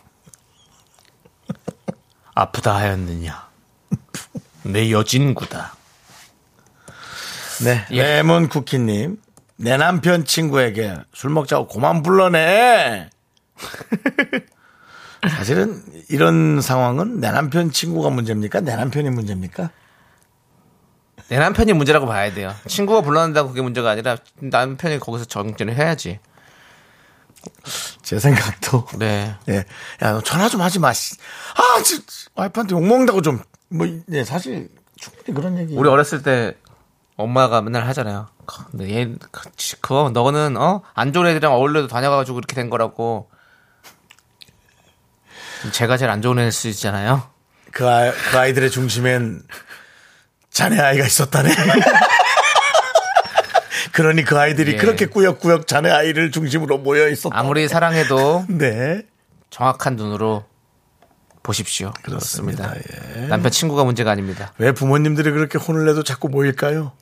[SPEAKER 2] 아프다 하였느냐. 내 여진구다.
[SPEAKER 1] 네.
[SPEAKER 2] 예.
[SPEAKER 1] 레몬 쿠키님. 내 남편 친구에게 술 먹자고 고만 불러내. 사실은 이런 상황은 내 남편 친구가 문제입니까? 내 남편이 문제입니까?
[SPEAKER 2] 내 남편이 문제라고 봐야 돼요. 친구가 불러낸다고 그게 문제가 아니라 남편이 거기서 정진을 해야지.
[SPEAKER 1] 제 생각도.
[SPEAKER 2] 네.
[SPEAKER 1] 예. 야, 너 전화 좀 하지 마. 씨. 아, 지, 와이프한테 욕먹는다고 좀. 뭐, 예, 사실 충분히 그런 얘기.
[SPEAKER 2] 예. 우리 어렸을 때 엄마가 맨날 하잖아요. 근데 얘, 그, 지- 그거, 너는, 어? 안 좋은 애들이랑 어울려도 다녀가지고 이렇게 된 거라고. 제가 제일 안 좋은 애일 수 있잖아요.
[SPEAKER 1] 그, 아이, 그 아이들의 중심엔 자네 아이가 있었다네. 그러니 그 아이들이
[SPEAKER 2] 예.
[SPEAKER 1] 그렇게 꾸역꾸역 자네 아이를 중심으로 모여 있었다.
[SPEAKER 2] 아무리 사랑해도
[SPEAKER 1] 네.
[SPEAKER 2] 정확한 눈으로 보십시오. 그렇습니다.
[SPEAKER 1] 예.
[SPEAKER 2] 남편 친구가 문제가 아닙니다.
[SPEAKER 1] 왜 부모님들이 그렇게 혼을 내도 자꾸 모일까요?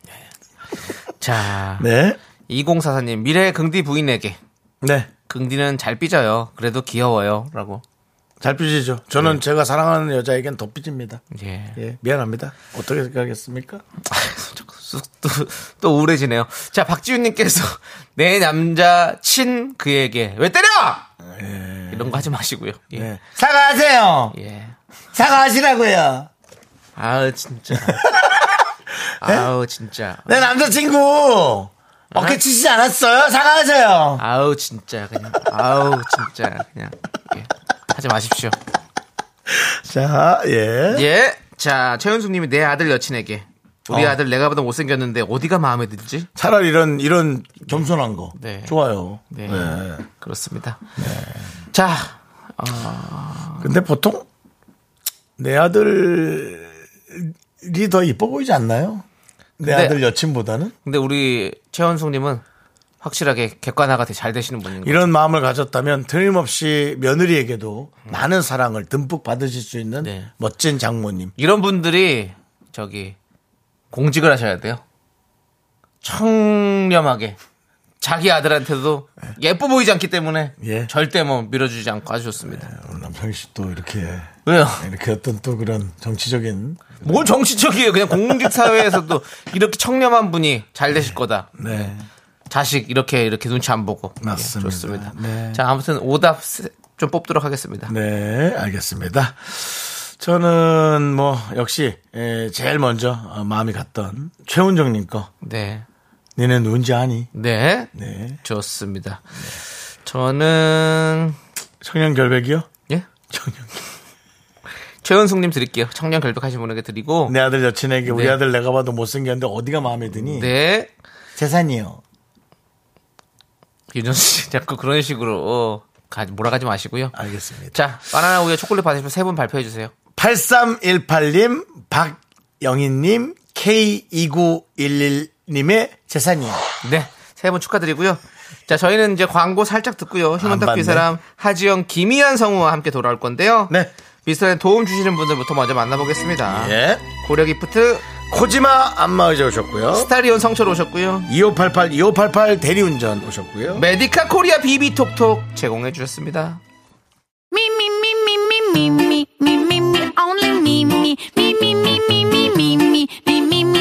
[SPEAKER 2] 자,
[SPEAKER 1] 네.
[SPEAKER 2] 2044님, 미래의 긍디 부인에게.
[SPEAKER 1] 네.
[SPEAKER 2] 긍디는 잘 삐져요. 그래도 귀여워요. 라고. 네.
[SPEAKER 1] 잘 삐지죠. 저는 제가 사랑하는 여자에겐 더 삐집니다.
[SPEAKER 2] 예.
[SPEAKER 1] 예. 미안합니다. 어떻게 생각하겠습니까?
[SPEAKER 2] 또, 또 우울해지네요. 자, 박지윤님께서 내 남자 친 그에게 왜 때려! 이런 거 하지 마시고요. 예.
[SPEAKER 1] 예. 네. 사과하세요.
[SPEAKER 2] 예.
[SPEAKER 1] 사과하시라고요.
[SPEAKER 2] 아우, 진짜. 아우, 진짜.
[SPEAKER 1] 내 남자친구 네?
[SPEAKER 2] 아.
[SPEAKER 1] 어깨 치시지 않았어요? 사과하세요.
[SPEAKER 2] 아우, 진짜. 그냥. 아우, 진짜. 그냥. 예. 하지 마십시오.
[SPEAKER 1] 자, 예.
[SPEAKER 2] 예. 자, 최윤숙님이 내 아들 여친에게 우리
[SPEAKER 1] 어.
[SPEAKER 2] 아들 내가 보다 못생겼는데 어디가 마음에 들지?
[SPEAKER 1] 차라리 이런 이런 겸손한 거
[SPEAKER 2] 네.
[SPEAKER 1] 좋아요.
[SPEAKER 2] 네.
[SPEAKER 1] 네.
[SPEAKER 2] 그렇습니다. 자,
[SPEAKER 1] 근데 보통 내 아들이 더 이뻐 보이지 않나요? 내
[SPEAKER 2] 근데-
[SPEAKER 1] 아들 여친보다는
[SPEAKER 2] 근데 우리 최현숙님은 확실하게 객관화가 되게 잘 되시는 분인 거예요.
[SPEAKER 1] 이런 마음을 가졌다면 틀림없이 며느리에게도 많은 사랑을 듬뿍 받으실 수 있는
[SPEAKER 2] 네.
[SPEAKER 1] 멋진 장모님.
[SPEAKER 2] 이런 분들이 저기 공직을 하셔야 돼요. 청렴하게 자기 아들한테도 예뻐 보이지 않기 때문에
[SPEAKER 1] 예. 네,
[SPEAKER 2] 절대 뭐 밀어주지 않고 아주 좋습니다.
[SPEAKER 1] 오늘 남편이 또 이렇게
[SPEAKER 2] 왜요?
[SPEAKER 1] 이렇게 어떤 또 그런 정치적인
[SPEAKER 2] 뭘 정치적이에요? 그냥 공직 사회에서도 이렇게 청렴한 분이 잘 되실 거다.
[SPEAKER 1] 네.
[SPEAKER 2] 자식 이렇게 이렇게 눈치 안 보고
[SPEAKER 1] 맞습니다.
[SPEAKER 2] 예, 좋습니다.
[SPEAKER 1] 네.
[SPEAKER 2] 자 아무튼 오답 세- 좀 뽑도록 하겠습니다.
[SPEAKER 1] 네, 알겠습니다. 저는 뭐 역시 에, 제일 먼저 어, 마음이 갔던 최훈정님 거.
[SPEAKER 2] 네,
[SPEAKER 1] 니네 누군지 아니?
[SPEAKER 2] 네,
[SPEAKER 1] 네.
[SPEAKER 2] 좋습니다. 저는
[SPEAKER 1] 청년 결백이요?
[SPEAKER 2] 예
[SPEAKER 1] 청년.
[SPEAKER 2] 최은숙님 드릴게요. 청년 결백하신 분에게 드리고
[SPEAKER 1] 내 아들 여친에게 우리
[SPEAKER 2] 네.
[SPEAKER 1] 아들 내가 봐도 못생겼는데 어디가 마음에 드니?
[SPEAKER 2] 네.
[SPEAKER 1] 재산이요.
[SPEAKER 2] 윤정수 씨 자꾸 그런 식으로 어, 가- 몰아가지 마시고요.
[SPEAKER 1] 알겠습니다.
[SPEAKER 2] 자 바나나 우유 초콜릿 받으시면 세 분 발표해 주세요.
[SPEAKER 1] 8318님, 박영희님, K2911님의 재산이요.
[SPEAKER 2] 네. 세 분 축하드리고요. 자 저희는 이제 광고 살짝 듣고요.
[SPEAKER 1] 안
[SPEAKER 2] 휴먼다큐
[SPEAKER 1] 봤네.
[SPEAKER 2] 사람 하지영 김희한 성우와 함께 돌아올 건데요.
[SPEAKER 1] 네.
[SPEAKER 2] 비슷한 도움 주시는 분들부터 먼저 만나보겠습니다.
[SPEAKER 1] 예.
[SPEAKER 2] 고려기프트
[SPEAKER 1] 코지마 안마의자 오셨고요.
[SPEAKER 2] 스타리온 성철 오셨고요.
[SPEAKER 1] 2588, 2588 대리운전 오셨고요.
[SPEAKER 2] 메디카 코리아 비비톡톡 제공해 주셨습니다.
[SPEAKER 9] Me, me, me, me, me, me, me, me, me, me, only me, me, me, me, me, me, me, me, me, me, me, me,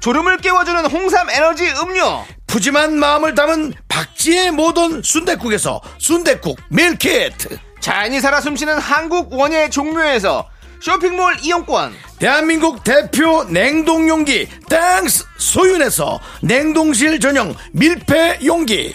[SPEAKER 2] 졸음을 깨워주는 홍삼 에너지 음료
[SPEAKER 1] 푸짐한 마음을 담은 박지의 모던 순댓국에서 순댓국 밀키트
[SPEAKER 2] 자연이 살아 숨쉬는 한국 원예 종묘에서 쇼핑몰 이용권
[SPEAKER 1] 대한민국 대표 냉동용기 땡스 소윤에서 냉동실 전용 밀폐용기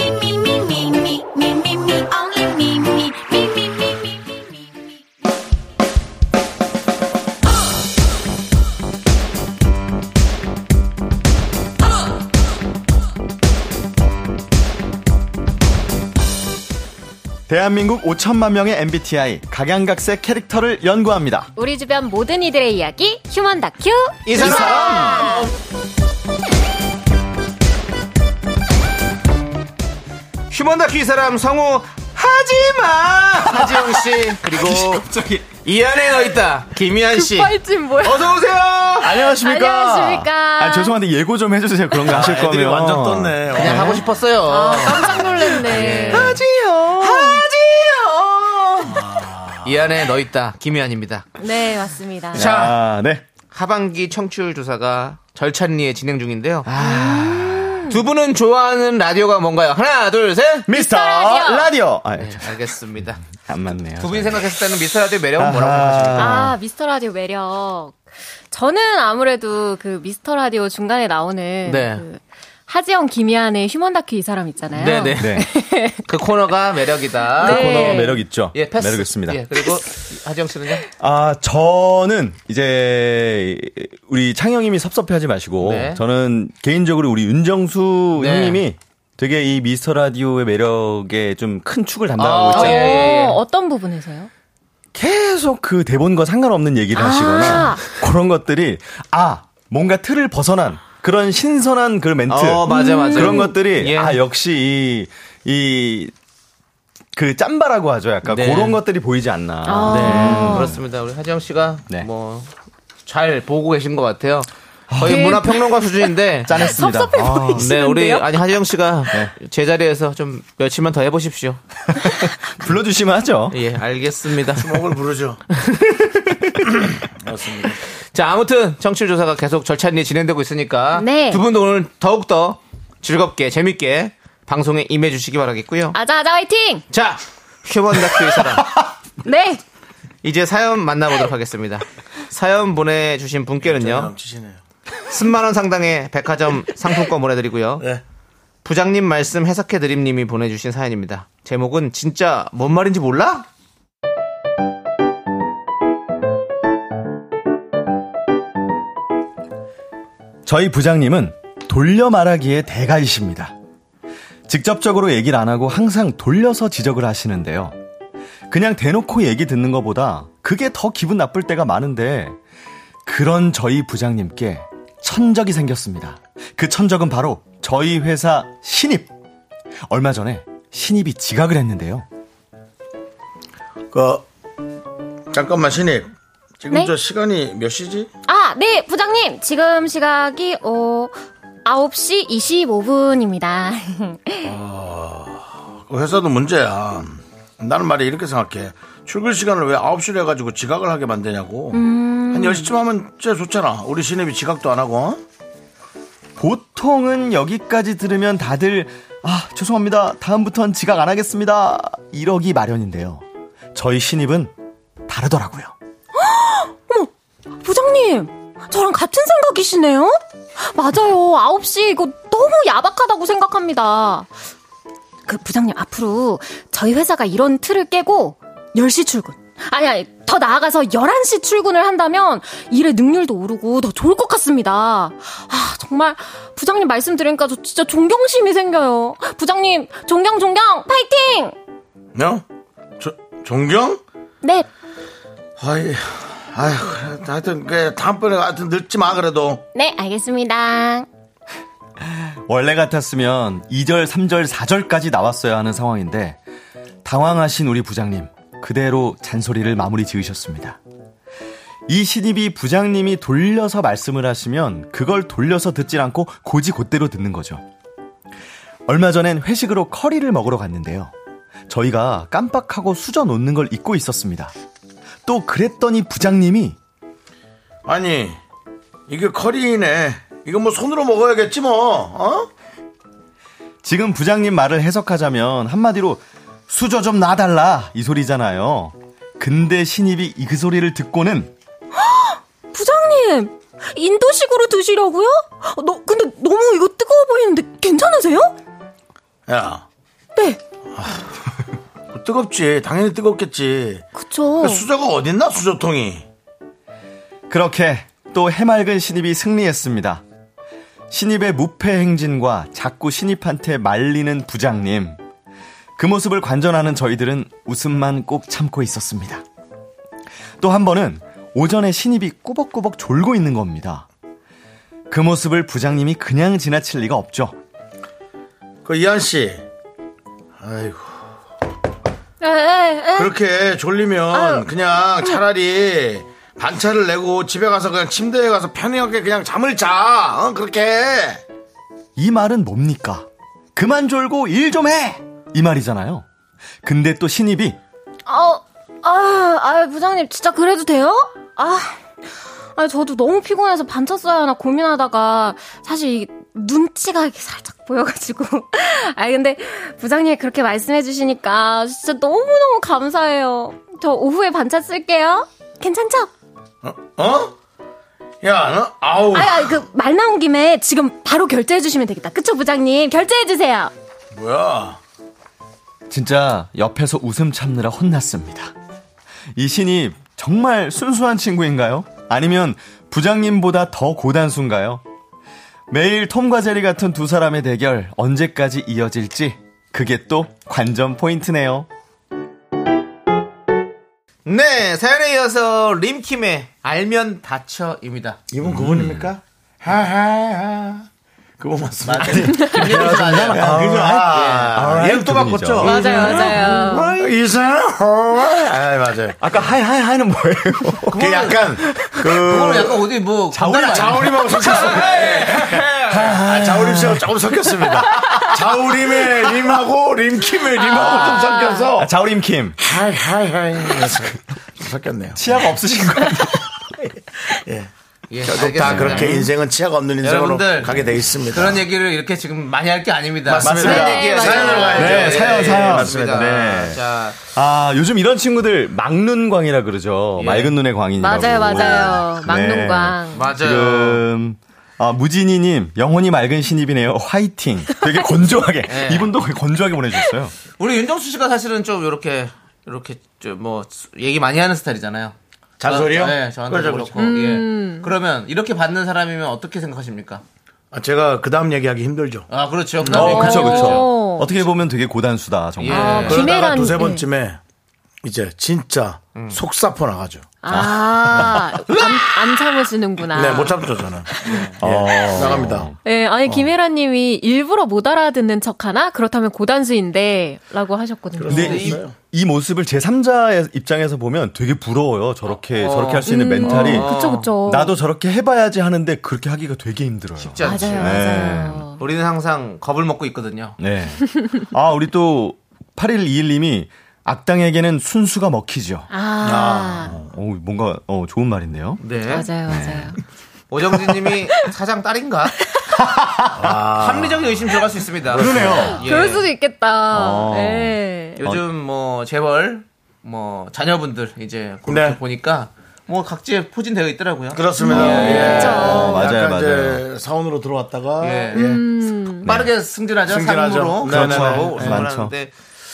[SPEAKER 9] me, me, me, me, me, me, only me, me, me, me, me, me.
[SPEAKER 11] 대한민국 5천만 명의 MBTI 각양각색 캐릭터를 연구합니다.
[SPEAKER 12] 우리 주변 모든 이들의 이야기 휴먼 다큐
[SPEAKER 11] 이 사람!
[SPEAKER 2] 휴먼다큐 이 사람 성우 하지마 하지영 씨 그리고 이 안에 너 어, 있다 김희한 씨
[SPEAKER 12] 급발진 그 뭐야?
[SPEAKER 2] 어서 오세요.
[SPEAKER 11] 안녕하십니까?
[SPEAKER 12] 안녕하십니까?
[SPEAKER 11] 아, 죄송한데 예고 좀 해주세요. 그런 거 하실
[SPEAKER 1] 아, 애들이
[SPEAKER 11] 거면.
[SPEAKER 1] 완전 떴네.
[SPEAKER 2] 그냥 하고 싶었어요.
[SPEAKER 12] 아, 깜짝
[SPEAKER 6] 예.
[SPEAKER 12] 놀랐네.
[SPEAKER 2] 하지요. 하지요. 이 안에 너 있다 김희한입니다.
[SPEAKER 12] 네 맞습니다.
[SPEAKER 11] 자, 네.
[SPEAKER 2] 하반기 청취율 조사가 절찬리에 진행 중인데요. 아. 두 분은 좋아하는 라디오가 뭔가요? 하나, 둘, 셋.
[SPEAKER 11] 미스터
[SPEAKER 12] 라디오.
[SPEAKER 11] 라디오. 아,
[SPEAKER 2] 네, 알겠습니다.
[SPEAKER 11] 안 맞네요.
[SPEAKER 2] 두 분이 생각했을 때는 미스터 라디오 매력은 뭐라고
[SPEAKER 11] 아하.
[SPEAKER 2] 생각하십니까?
[SPEAKER 12] 아 미스터 라디오 매력. 저는 아무래도 그 미스터 라디오 중간에 나오는
[SPEAKER 2] 네.
[SPEAKER 12] 그 하지영 김희안의 휴먼 다큐 이 사람 있잖아요.
[SPEAKER 2] 네네. 그 아, 코너가 매력이다.
[SPEAKER 11] 그
[SPEAKER 12] 네.
[SPEAKER 11] 코너 매력 있죠?
[SPEAKER 2] 예, 패스.
[SPEAKER 11] 매력 있습니다.
[SPEAKER 2] 예, 그리고 하지영 씨는요?
[SPEAKER 11] 아, 저는 이제 우리 창영님이 섭섭해하지 마시고
[SPEAKER 2] 네.
[SPEAKER 11] 저는 개인적으로 우리 윤정수
[SPEAKER 2] 네.
[SPEAKER 11] 형님이 되게 이 미스터 라디오의 매력에 좀 큰 축을 담당하고
[SPEAKER 2] 아,
[SPEAKER 11] 있잖아요.
[SPEAKER 2] 예, 예.
[SPEAKER 12] 어, 어떤 부분에서요?
[SPEAKER 11] 계속 그 대본과 상관없는 얘기를 하시거나
[SPEAKER 12] 아.
[SPEAKER 11] 그런 것들이 아 뭔가 틀을 벗어난 그런 신선한 그 멘트
[SPEAKER 2] 어, 맞아, 맞아.
[SPEAKER 11] 그런 것들이
[SPEAKER 2] 예.
[SPEAKER 11] 아 역시 이 이 그 짬바라고 하죠. 약간
[SPEAKER 2] 네.
[SPEAKER 11] 그런 것들이 보이지 않나. 음.
[SPEAKER 12] 아.
[SPEAKER 2] 네, 그렇습니다. 우리 하지영 씨가
[SPEAKER 11] 네.
[SPEAKER 2] 뭐 잘 보고 계신 것 같아요. 거의 문화 평론가 수준인데.
[SPEAKER 12] 네.
[SPEAKER 11] 짠했습니다.
[SPEAKER 12] 섭섭해
[SPEAKER 11] 아,
[SPEAKER 2] 네,
[SPEAKER 12] 보이시는데요?
[SPEAKER 2] 우리 아니 하지영 씨가
[SPEAKER 11] 네.
[SPEAKER 2] 제자리에서 좀 며칠만 더 해보십시오.
[SPEAKER 11] 불러주시면 하죠.
[SPEAKER 2] 예, 알겠습니다.
[SPEAKER 1] 목을 부르죠
[SPEAKER 2] 자, 아무튼 청취율 조사가 계속 절찬리 진행되고 있으니까
[SPEAKER 12] 네.
[SPEAKER 2] 두 분도 오늘 더욱 더 즐겁게 재밌게 방송에 임해주시기 바라겠고요.
[SPEAKER 12] 아자 아자 화이팅.
[SPEAKER 2] 자, 휴먼 다큐 이 사람.
[SPEAKER 12] 네.
[SPEAKER 2] 이제 사연 만나보도록 하겠습니다. 사연 보내주신 분께는요,
[SPEAKER 1] 넘치시네요
[SPEAKER 2] 10만원 상당의 백화점 상품권 보내드리고요.
[SPEAKER 1] 네.
[SPEAKER 2] 부장님 말씀 해석해드림님이 보내주신 사연입니다. 제목은 진짜 뭔 말인지 몰라?
[SPEAKER 11] 저희 부장님은 돌려 말하기에 대가이십니다. 직접적으로 얘기를 안 하고 항상 돌려서 지적을 하시는데요. 그냥 대놓고 얘기 듣는 것보다 그게 더 기분 나쁠 때가 많은데 그런 저희 부장님께 천적이 생겼습니다. 그 천적은 바로 저희 회사 신입. 얼마 전에 신입이 지각을 했는데요.
[SPEAKER 1] 그 잠깐만 신입 지금
[SPEAKER 12] 네?
[SPEAKER 1] 저 시간이 몇 시지?
[SPEAKER 12] 아, 네, 부장님. 지금 시각이 어 9시 25분입니다.
[SPEAKER 1] 그 회사도 문제야 나는 말이 이렇게 생각해 출근 시간을 왜 9시로 해가지고 지각을 하게 만드냐고
[SPEAKER 12] 음.
[SPEAKER 1] 한 10시쯤 하면 진짜 좋잖아 우리 신입이 지각도 안 하고 어?
[SPEAKER 11] 보통은 여기까지 들으면 다들 아 죄송합니다 다음부턴 지각 안 하겠습니다 이러기 마련인데요 저희 신입은 다르더라고요
[SPEAKER 12] 부장님, 저랑 같은 생각이시네요? 맞아요. 9시 이거 너무 야박하다고 생각합니다. 그 부장님 앞으로 저희 회사가 이런 틀을 깨고 10시 출근. 아니, 아니, 더 나아가서 11시 출근을 한다면 일의 능률도 오르고 더 좋을 것 같습니다. 아, 정말 부장님 말씀 들으니까 저 진짜 존경심이 생겨요. 부장님, 존경, 존경, 파이팅!
[SPEAKER 1] 어? 조- 존경?
[SPEAKER 12] 넷.
[SPEAKER 1] 아이, 아휴, 하여튼, 그, 다음번에 하여튼 늙지 마, 그래도.
[SPEAKER 12] 네, 알겠습니다.
[SPEAKER 11] 원래 같았으면 2절, 3절, 4절까지 나왔어야 하는 상황인데 당황하신 우리 부장님 그대로 잔소리를 마무리 지으셨습니다. 이 신입이 부장님이 돌려서 말씀을 하시면 그걸 돌려서 듣질 않고 고지곧대로 듣는 거죠. 얼마 전엔 회식으로 커리를 먹으러 갔는데요. 저희가 깜빡하고 수저 놓는 걸 잊고 있었습니다. 또 그랬더니 부장님이
[SPEAKER 1] 아니, 이게 그 커리네. 이거 뭐 손으로 먹어야겠지 뭐, 어?
[SPEAKER 11] 지금 부장님 말을 해석하자면 한마디로 수저 좀 놔달라 이 소리잖아요. 근데 신입이 이 그 소리를 듣고는
[SPEAKER 12] 부장님, 인도식으로 드시려고요? 너, 근데 너무 이거 뜨거워 보이는데 괜찮으세요?
[SPEAKER 1] 야, 뭐
[SPEAKER 12] 네,
[SPEAKER 1] 뜨겁지. 당연히 뜨겁겠지.
[SPEAKER 12] 그쵸.
[SPEAKER 1] 수저가 어딨나, 수저통이.
[SPEAKER 11] 그렇게 또 해맑은 신입이 승리했습니다. 신입의 무패 행진과 자꾸 신입한테 말리는 부장님. 그 모습을 관전하는 저희들은 웃음만 꼭 참고 있었습니다. 또 한 번은 오전에 신입이 꾸벅꾸벅 졸고 있는 겁니다. 그 모습을 부장님이 그냥 지나칠 리가 없죠.
[SPEAKER 1] 그 이한 씨. 아이고.
[SPEAKER 12] 에, 에, 에.
[SPEAKER 1] 그렇게 졸리면
[SPEAKER 12] 아유. 음.
[SPEAKER 1] 그냥 차라리 반차를 내고 집에 가서 그냥 침대에 가서 편하게 그냥 잠을 자. 어, 그렇게.
[SPEAKER 11] 이 말은 뭡니까? 그만 졸고 일 좀 해! 이 말이잖아요. 근데 또 신입이
[SPEAKER 12] 아, 아, 아, 부장님, 진짜 그래도 돼요? 아, 아, 저도 너무 피곤해서 반차 써야 하나 고민하다가, 사실 이 눈치가 이렇게 살짝 보여가지고. 아, 근데 부장님이 그렇게 말씀해주시니까, 진짜 너무너무 감사해요. 저 오후에 반차 쓸게요. 괜찮죠?
[SPEAKER 1] 어? 야, 너? 아우.
[SPEAKER 12] 아, 아, 그, 말 나온 김에 지금 바로 결제해주시면 되겠다. 그쵸, 부장님? 결제해주세요.
[SPEAKER 1] 뭐야?
[SPEAKER 11] 진짜 옆에서 웃음 참느라 혼났습니다. 이 신입 정말 순수한 친구인가요? 아니면 부장님보다 더 고단수인가요? 매일 톰과 제리 같은 두 사람의 대결 언제까지 이어질지 그게 또 관전 포인트네요.
[SPEAKER 2] 네, 사연에 이어서 림킴의 알면 다쳐입니다. 음.
[SPEAKER 1] 이분 그분입니까? 하하하. 그분 맞습니다.
[SPEAKER 2] 김민호 씨 맞아요.
[SPEAKER 1] 아, 그죠? 아,
[SPEAKER 11] 아,
[SPEAKER 1] 얘는 또
[SPEAKER 11] 그분이죠.
[SPEAKER 1] 바꿨죠? 예.
[SPEAKER 2] 네.
[SPEAKER 12] 맞아요, 맞아요.
[SPEAKER 1] 이사람, 아, 맞아요.
[SPEAKER 11] 아까 하이 하이 하이는 뭐예요?
[SPEAKER 1] 그 약간,
[SPEAKER 2] 그거는
[SPEAKER 1] 그,
[SPEAKER 2] 약간 어디 뭐 아,
[SPEAKER 1] 자우림, 자우림하고
[SPEAKER 2] 네.
[SPEAKER 1] 섞였어요. 자우림 씨하고 조금 섞였습니다. 자우림의 림하고 림킴의 림하고 좀 섞여서.
[SPEAKER 11] 아, 자우림 킴
[SPEAKER 1] 하이, 하이, 하이. 이래서 섞였네요.
[SPEAKER 11] 치아가 없으신 거 같아요.
[SPEAKER 1] 예.
[SPEAKER 2] 예,
[SPEAKER 1] 결국 다
[SPEAKER 2] 알겠습니다.
[SPEAKER 1] 그렇게 인생은 치아가 없는 인생으로
[SPEAKER 2] 여러분들,
[SPEAKER 1] 가게 돼 있습니다.
[SPEAKER 2] 그런 얘기를 이렇게 지금 많이 할 게 아닙니다.
[SPEAKER 1] 맞습니다.
[SPEAKER 2] 사연
[SPEAKER 1] 네,
[SPEAKER 2] 얘기예요,
[SPEAKER 1] 맞아요. 사연으로 가야죠.
[SPEAKER 2] 예,
[SPEAKER 11] 네, 사연,
[SPEAKER 2] 예,
[SPEAKER 11] 사연.
[SPEAKER 2] 맞습니다.
[SPEAKER 11] 네.
[SPEAKER 2] 자,
[SPEAKER 11] 아 요즘 이런 친구들 막눈광이라 그러죠.
[SPEAKER 2] 예.
[SPEAKER 11] 맑은 눈의 광인이라고.
[SPEAKER 12] 맞아요, 맞아요.
[SPEAKER 11] 네.
[SPEAKER 12] 막눈광.
[SPEAKER 2] 맞아요.
[SPEAKER 11] 지금 아, 무진이님 영혼이 맑은 신입이네요. 화이팅. 되게 건조하게
[SPEAKER 2] 네.
[SPEAKER 11] 이분도 거의 건조하게 보내주셨어요.
[SPEAKER 2] 우리 윤정수 씨가 사실은 좀 이렇게 이렇게 좀뭐 얘기 많이 하는 스타일이잖아요.
[SPEAKER 1] 잔소리요?
[SPEAKER 2] 네, 저한테
[SPEAKER 1] 그렇죠,
[SPEAKER 2] 그렇고.
[SPEAKER 12] 음.
[SPEAKER 2] 예. 그러면 이렇게 받는 사람이면 어떻게 생각하십니까?
[SPEAKER 1] 아, 제가 그 다음 얘기하기 힘들죠.
[SPEAKER 2] 아, 그렇죠.
[SPEAKER 11] 어, 그쵸, 그쵸.
[SPEAKER 12] 오.
[SPEAKER 11] 어떻게 보면 되게 고단수다 정말.
[SPEAKER 2] 예.
[SPEAKER 1] 그러다가
[SPEAKER 12] 김혜란,
[SPEAKER 1] 두세
[SPEAKER 12] 예.
[SPEAKER 1] 번쯤에 이제 진짜 속사포 나가죠.
[SPEAKER 12] 아, 안, 안 참으시는구나.
[SPEAKER 1] 네, 못 참죠, 어. 저는. 예,
[SPEAKER 11] 어.
[SPEAKER 1] 나갑니다.
[SPEAKER 12] 아. 예, 아니 김혜라 님이 일부러 못 알아듣는 척하나 그렇다면 고단수인데라고 하셨거든요.
[SPEAKER 11] 근데 네, 이, 이 모습을 제 3자의 입장에서 보면 되게 부러워요. 저렇게 저렇게 할 수 있는 멘탈이
[SPEAKER 12] 어. 음. 그쵸 그쵸.
[SPEAKER 11] 나도 저렇게 해봐야지 하는데 그렇게 하기가 되게 힘들어요.
[SPEAKER 2] 쉽지 않지.
[SPEAKER 12] 맞아요, 맞아요.
[SPEAKER 2] 우리는 항상 겁을 먹고 있거든요.
[SPEAKER 11] 네. 아 우리 또 8121님이 악당에게는 순수가 먹히죠.
[SPEAKER 12] 아,
[SPEAKER 11] 어, 뭔가 어, 좋은 말인데요.
[SPEAKER 2] 네.
[SPEAKER 12] 맞아요, 맞아요.
[SPEAKER 2] 오정진 님이 사장 딸인가?
[SPEAKER 1] 아.
[SPEAKER 2] 합리적인 의심 들어갈 수 있습니다. 그러네요.
[SPEAKER 12] 그럴 수도 있겠다.
[SPEAKER 11] 어.
[SPEAKER 12] 예.
[SPEAKER 2] 요즘 뭐 재벌 뭐 자녀분들 이제 그렇게
[SPEAKER 1] 네.
[SPEAKER 2] 보니까 뭐 각지에 포진되어 있더라고요. 음.
[SPEAKER 1] 그렇습니다. 예.
[SPEAKER 11] 어, 맞아요,
[SPEAKER 1] 약간
[SPEAKER 11] 맞아요.
[SPEAKER 1] 이제 사원으로 들어왔다가
[SPEAKER 2] 예.
[SPEAKER 1] 예.
[SPEAKER 12] 음.
[SPEAKER 2] 빠르게 승진하죠.
[SPEAKER 1] 승진하죠.
[SPEAKER 2] 상무로
[SPEAKER 11] 네,
[SPEAKER 1] 네,
[SPEAKER 2] 그렇죠. 아.
[SPEAKER 11] 네.
[SPEAKER 2] 승진을
[SPEAKER 11] 많죠.
[SPEAKER 2] 하는데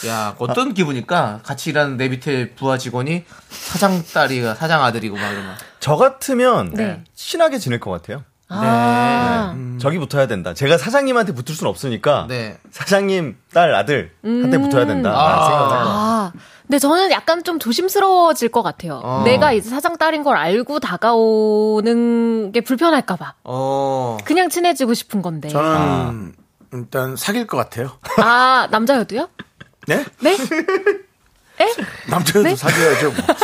[SPEAKER 2] 야 어떤 기분일까? 같이 일하는 내 밑에 부하 직원이 사장 딸이가 사장 아들이고 막 이러면
[SPEAKER 11] 저 같으면
[SPEAKER 12] 네.
[SPEAKER 11] 친하게 지낼 것 같아요. 네.
[SPEAKER 12] 아,
[SPEAKER 11] 저기 붙어야 된다. 제가 사장님한테 붙을 순 없으니까
[SPEAKER 2] 네.
[SPEAKER 11] 사장님 딸 아들한테 붙어야 된다.
[SPEAKER 2] 아.
[SPEAKER 11] 생각을 해요.
[SPEAKER 12] 아, 아, 근데 저는 약간 좀 조심스러워질 것 같아요.
[SPEAKER 2] 어.
[SPEAKER 12] 내가 이제 사장 딸인 걸 알고 다가오는 게 불편할까봐.
[SPEAKER 2] 어.
[SPEAKER 12] 그냥 친해지고 싶은 건데.
[SPEAKER 1] 저는
[SPEAKER 11] 아.
[SPEAKER 1] 일단 사귈 것 같아요.
[SPEAKER 12] 아, 남자여도요?
[SPEAKER 1] 네?
[SPEAKER 12] 네?
[SPEAKER 1] 남자여도 사귀어야죠. 뭐.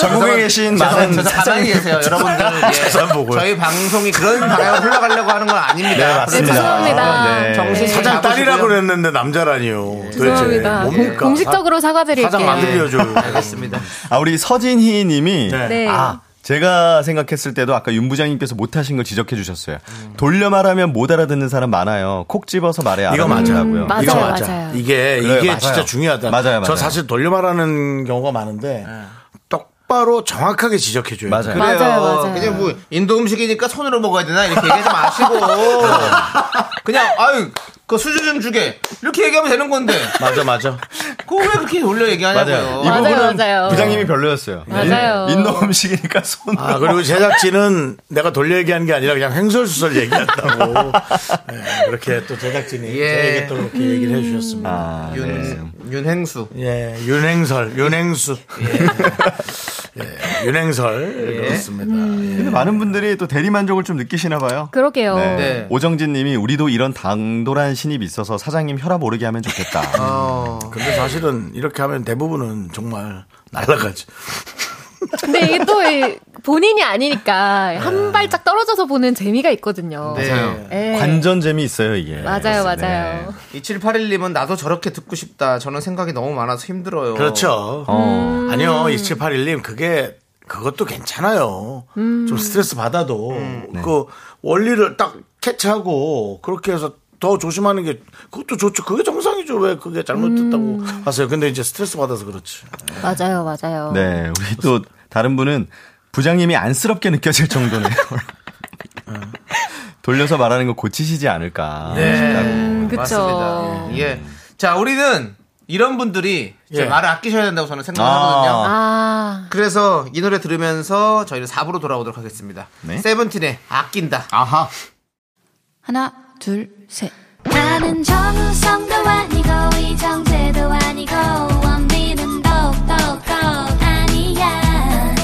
[SPEAKER 11] 전국에
[SPEAKER 1] 죄송한-
[SPEAKER 11] 계신
[SPEAKER 1] 죄송한-
[SPEAKER 11] 많은
[SPEAKER 1] 죄송한-
[SPEAKER 2] 가만히 계세요, 여러분들. 예.
[SPEAKER 1] 재산 보고요.
[SPEAKER 2] 저희 방송이 그런 방향으로 흘러가려고 하는 건 아닙니다. 어,
[SPEAKER 1] 네, 맞습니다. 네,
[SPEAKER 12] 죄송합니다. 네.
[SPEAKER 2] 정신
[SPEAKER 1] 사장 딸이라고 그랬는데
[SPEAKER 11] 예.
[SPEAKER 1] 남자라니요. 도대체
[SPEAKER 12] 죄송합니다.
[SPEAKER 1] 뭡니까?
[SPEAKER 12] 공식적으로 사과드릴게요.
[SPEAKER 1] 사장 만들려줘요. 네.
[SPEAKER 2] 알겠습니다.
[SPEAKER 11] 아, 우리 서진희 님이
[SPEAKER 12] 네.
[SPEAKER 11] 아, 제가 생각했을 때도 아까 윤 부장님께서 못하신 걸 지적해 주셨어요.
[SPEAKER 1] 음.
[SPEAKER 11] 돌려 말하면 못 알아듣는 사람 많아요. 콕 집어서 말해야
[SPEAKER 1] 이거 맞아.
[SPEAKER 11] 알아듣더라고요.
[SPEAKER 12] 맞아요,
[SPEAKER 1] 이거 맞아.
[SPEAKER 12] 맞아요.
[SPEAKER 1] 이게
[SPEAKER 11] 그래요,
[SPEAKER 1] 예, 이게
[SPEAKER 11] 맞아요.
[SPEAKER 1] 진짜 중요하다.
[SPEAKER 11] 맞아요, 맞아요.
[SPEAKER 1] 저 사실 돌려 말하는 경우가 많은데 똑바로 정확하게 지적해 줘야
[SPEAKER 11] 맞아요.
[SPEAKER 2] 그래요.
[SPEAKER 12] 맞아요, 맞아요.
[SPEAKER 2] 그냥 뭐 인도 음식이니까 손으로 먹어야 되나 이렇게 얘기하지 마시고 그냥 아유 그 수저 좀 주게 이렇게 얘기하면 되는 건데
[SPEAKER 1] 맞아 맞아.
[SPEAKER 2] 그왜 그렇게 돌려 얘기하냐고요. 뭐.
[SPEAKER 11] 맞아요. 이
[SPEAKER 12] 맞아요,
[SPEAKER 11] 부분은
[SPEAKER 12] 맞아요.
[SPEAKER 11] 부장님이 별로였어요.
[SPEAKER 12] 맞아요.
[SPEAKER 11] 인, 도 음식이니까 손.
[SPEAKER 1] 아 그리고 제작진은 내가 돌려 얘기하는 게 아니라 그냥 횡설수설 얘기한다고 예, 그렇게 또 제작진이
[SPEAKER 2] 예.
[SPEAKER 1] 저에게 또 그렇게 얘기를 해주셨습니다.
[SPEAKER 11] 아,
[SPEAKER 2] 윤 윤행수
[SPEAKER 1] 예, 윤행설, 윤행수. 예, 윤행설. 그렇습니다. 예.
[SPEAKER 11] 근데 많은 분들이 또 대리 만족을 좀 느끼시나 봐요.
[SPEAKER 12] 음, 그러게요.
[SPEAKER 11] 네.
[SPEAKER 2] 네.
[SPEAKER 11] 오정진 님이 우리도 이런 당돌한 신입이 있어서 사장님 혈압 오르게 하면 좋겠다.
[SPEAKER 2] 어.
[SPEAKER 1] 근데 사실은 이렇게 하면 대부분은 정말 날아가죠.
[SPEAKER 12] 근데 이게 또 이- 본인이 아니니까 한 발짝 떨어져서 보는 재미가 있거든요.
[SPEAKER 2] 네.
[SPEAKER 12] 예.
[SPEAKER 11] 관전 재미 있어요, 이게.
[SPEAKER 12] 맞아요,
[SPEAKER 11] 네.
[SPEAKER 12] 맞아요.
[SPEAKER 2] 2781님은 나도 저렇게 듣고 싶다. 저는 생각이 너무 많아서 힘들어요.
[SPEAKER 1] 그렇죠.
[SPEAKER 11] 어.
[SPEAKER 1] 아니요, 2781님, 그게, 그것도 괜찮아요. 좀 스트레스 받아도, 그, 원리를 딱 캐치하고, 그렇게 해서 더 조심하는 게, 그것도 좋죠. 그게 정상이죠. 왜 그게 잘못됐다고 하세요. 근데 이제 스트레스 받아서 그렇지.
[SPEAKER 12] 맞아요, 맞아요.
[SPEAKER 11] 네, 우리 또 다른 분은 부장님이 안쓰럽게 느껴질 정도네요. 돌려서 말하는 거 고치시지 않을까.
[SPEAKER 1] 음,
[SPEAKER 12] 그쵸.
[SPEAKER 2] 네. 맞습니다. 예. 예. 자, 우리는 이런 분들이 진짜
[SPEAKER 1] 예.
[SPEAKER 2] 말을 아끼셔야 된다고 저는 생각하거든요.
[SPEAKER 11] 아.
[SPEAKER 12] 아,
[SPEAKER 2] 그래서 이 노래 들으면서 저희는 4부로 돌아오도록 하겠습니다.
[SPEAKER 11] 네.
[SPEAKER 2] 세븐틴의 아낀다.
[SPEAKER 11] 아하.
[SPEAKER 9] 하나, 둘, 셋.
[SPEAKER 13] 나는 정우성도 아니고 이정재도 아니고 원빈은 더욱더 아니야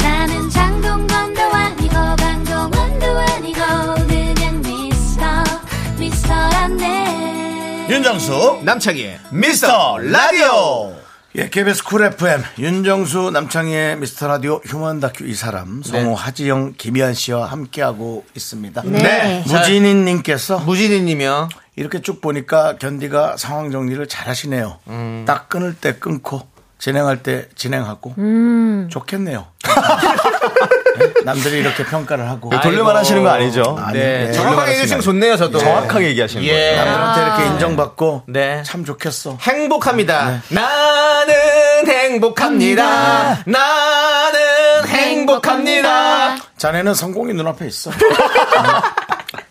[SPEAKER 13] 나는 장동건도 아니고 강동원도 아니고 그냥 미스터 미스터란데
[SPEAKER 1] 윤정수,
[SPEAKER 2] 남창희의
[SPEAKER 1] 미스터 라디오! 예, KBS 쿨 FM, 윤정수, 남창희의 미스터 라디오, 휴먼 다큐 이 사람, 성우 하지영, 김희한 씨와 함께하고 있습니다.
[SPEAKER 2] 네.
[SPEAKER 1] 무진희님께서
[SPEAKER 2] 무진이 님이요.
[SPEAKER 1] 이렇게 쭉 보니까 견디가 상황 정리를 잘 하시네요.
[SPEAKER 2] 음.
[SPEAKER 1] 딱 끊을 때 끊고 진행할 때 진행하고
[SPEAKER 11] 음.
[SPEAKER 1] 음. 좋겠네요. 네? 남들이 이렇게 평가를 하고
[SPEAKER 11] 이거 네, 돌려만 하시는 거 아니죠?
[SPEAKER 1] 아니,
[SPEAKER 2] 네.
[SPEAKER 1] 네.
[SPEAKER 2] 정확하게 해주시면 좋네요, 저도.
[SPEAKER 11] 정확하게 얘기하시는
[SPEAKER 2] 예.
[SPEAKER 11] 거예요.
[SPEAKER 1] 남들한테 이렇게 인정받고
[SPEAKER 2] 네.
[SPEAKER 1] 참 좋겠어. 네.
[SPEAKER 2] 행복합니다. 나는 행복합니다. 나는 행복합니다.
[SPEAKER 1] 자네는 성공이 눈앞에 있어. 음,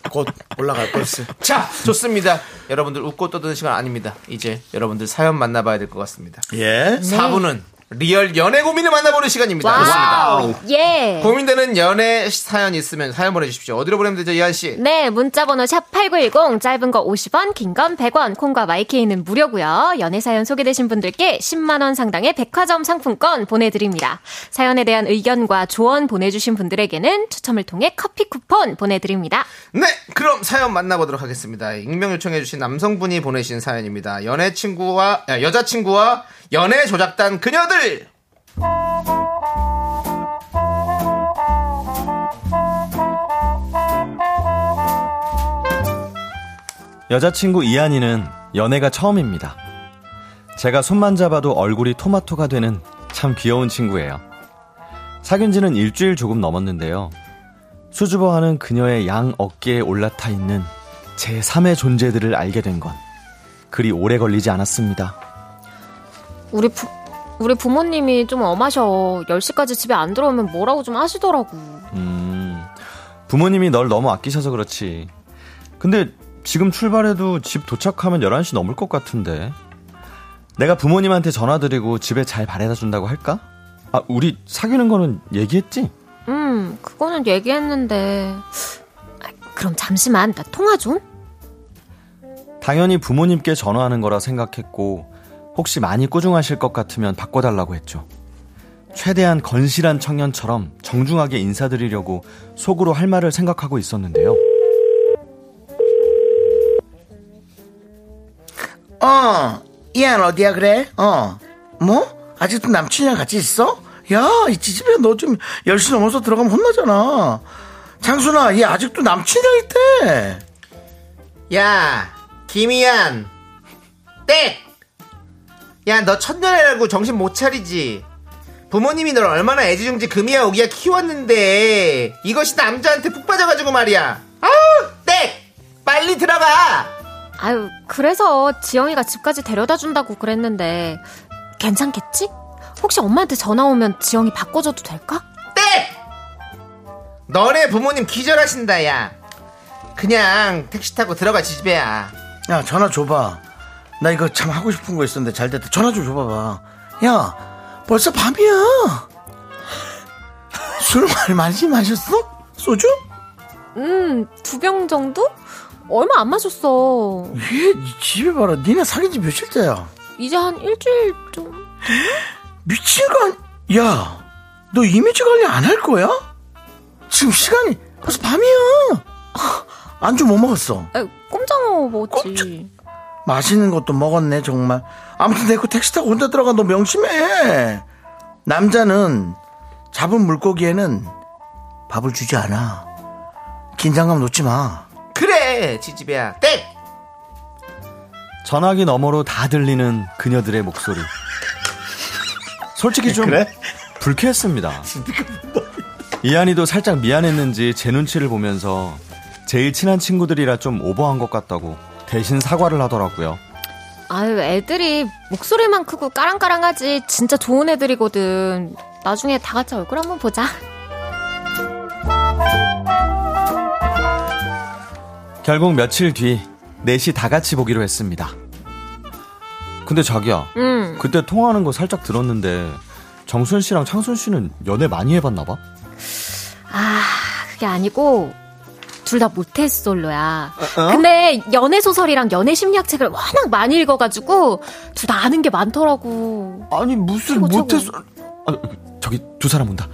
[SPEAKER 1] 곧 올라갈 걸세.
[SPEAKER 2] 아, 자, 좋습니다. 여러분들 웃고 떠드는 시간 아닙니다. 이제 여러분들 사연 만나봐야 될 것 같습니다.
[SPEAKER 1] 예.
[SPEAKER 2] 4부는 리얼 연애 고민을 만나보는 시간입니다.
[SPEAKER 12] 와우.
[SPEAKER 2] 그렇습니다.
[SPEAKER 12] 예.
[SPEAKER 2] 고민되는 연애 사연 있으면 사연 보내주십시오. 어디로 보내면 되죠, 이한 씨?
[SPEAKER 12] 네, 문자번호 샵8910, 짧은 거 50원, 긴 건 100원, 콩과 마이케이는 무료고요 연애사연 소개되신 분들께 10만원 상당의 백화점 상품권 보내드립니다. 사연에 대한 의견과 조언 보내주신 분들에게는 추첨을 통해 커피 쿠폰 보내드립니다.
[SPEAKER 2] 네, 그럼 사연 만나보도록 하겠습니다. 익명 요청해주신 남성분이 보내신 사연입니다. 연애 친구와 아, 여자 친구와 연애 조작단 그녀들.
[SPEAKER 11] 여자친구 이한이는 연애가 처음입니다. 제가 손만 잡아도 얼굴이 토마토가 되는 참 귀여운 친구예요. 사귄 지는 일주일 조금 넘었는데요. 수줍어하는 그녀의 양 어깨에 올라타 있는 제 3의 존재들을 알게 된 건 그리 오래 걸리지 않았습니다.
[SPEAKER 12] 우리 부, 우리 부모님이 좀 엄하셔. 10시까지 집에 안 들어오면 뭐라고 좀 하시더라고.
[SPEAKER 11] 음, 부모님이 널 너무 아끼셔서 그렇지. 근데 지금 출발해도 집 도착하면 11시 넘을 것 같은데. 내가 부모님한테 전화드리고 집에 잘 바래다 준다고 할까? 아, 우리 사귀는 거는 얘기했지?
[SPEAKER 12] 음, 그거는 얘기했는데. 아, 그럼 잠시만, 나 통화 좀?
[SPEAKER 11] 당연히 부모님께 전화하는 거라 생각했고, 혹시 많이 꾸중하실 것 같으면 바꿔달라고 했죠. 최대한 건실한 청년처럼 정중하게 인사드리려고 속으로 할 말을 생각하고 있었는데요.
[SPEAKER 1] 어, 이안 어디야 그래? 어, 뭐? 아직도 남친이랑 같이 있어? 야, 이 집에 너 좀 10시 넘어서 들어가면 혼나잖아. 장순아, 얘 아직도 남친이랑 있대.
[SPEAKER 2] 야, 김희안. 땡! 야, 너 첫날이라고 정신 못 차리지. 부모님이 널 얼마나 애지중지 금이야 오기야 키웠는데 이것이 남자한테 푹 빠져가지고 말이야. 아우, 땡! 빨리 들어가!
[SPEAKER 12] 아유, 그래서 지영이가 집까지 데려다 준다고 그랬는데, 괜찮겠지? 혹시 엄마한테 전화 오면 지영이 바꿔줘도 될까? 네!
[SPEAKER 2] 너네 부모님 기절하신다, 야. 그냥 택시 타고 들어가 지지배야.
[SPEAKER 1] 야, 전화 줘봐. 나 이거 참 하고 싶은 거 있었는데 잘 됐다. 전화 좀 줘봐봐. 야, 벌써 밤이야. 술 많이, 많이 마셨어? 소주?
[SPEAKER 12] 음, 두 병 정도? 얼마 안 마셨어.
[SPEAKER 1] 얘, 이 집에 봐라. 니네 사귄 지 며칠 때야?
[SPEAKER 12] 이제 한 일주일 좀.
[SPEAKER 1] 미친 거 아니... 야, 너 이미지 관리 안 할 거야? 지금 시간이 벌써 밤이야. 안주 뭐 먹었어?
[SPEAKER 12] 아, 꼼장어 먹었지.
[SPEAKER 1] 맛있는 것도 먹었네 정말. 아무튼 내 거 택시 타고 혼자 들어가 너 명심해. 남자는 잡은 물고기에는 밥을 주지 않아. 긴장감 놓지 마.
[SPEAKER 2] 그래, 지지배야. 땡!
[SPEAKER 11] 전화기 너머로 다 들리는 그녀들의 목소리. 솔직히 좀 불쾌했습니다. 이한이도 살짝 미안했는지 제 눈치를 보면서 제일 친한 친구들이라 좀 오버한 것 같다고 대신 사과를 하더라고요.
[SPEAKER 12] 아유, 애들이 목소리만 크고 까랑까랑하지 진짜 좋은 애들이거든. 나중에 다 같이 얼굴 한번 보자.
[SPEAKER 11] 결국 며칠 뒤 넷이 다 같이 보기로 했습니다. 근데 자기야,
[SPEAKER 12] 응.
[SPEAKER 11] 그때 통화하는 거 살짝 들었는데 정순 씨랑 창순 씨는 연애 많이 해봤나 봐.
[SPEAKER 12] 아, 그게 아니고 둘 다 모태솔로야.
[SPEAKER 11] 어?
[SPEAKER 12] 근데 연애 소설이랑 연애 심리학 책을 워낙 많이 읽어가지고 둘 다 아는 게 많더라고.
[SPEAKER 11] 아니 무슨
[SPEAKER 12] 최고, 최고.
[SPEAKER 11] 아, 저기 두 사람 온다.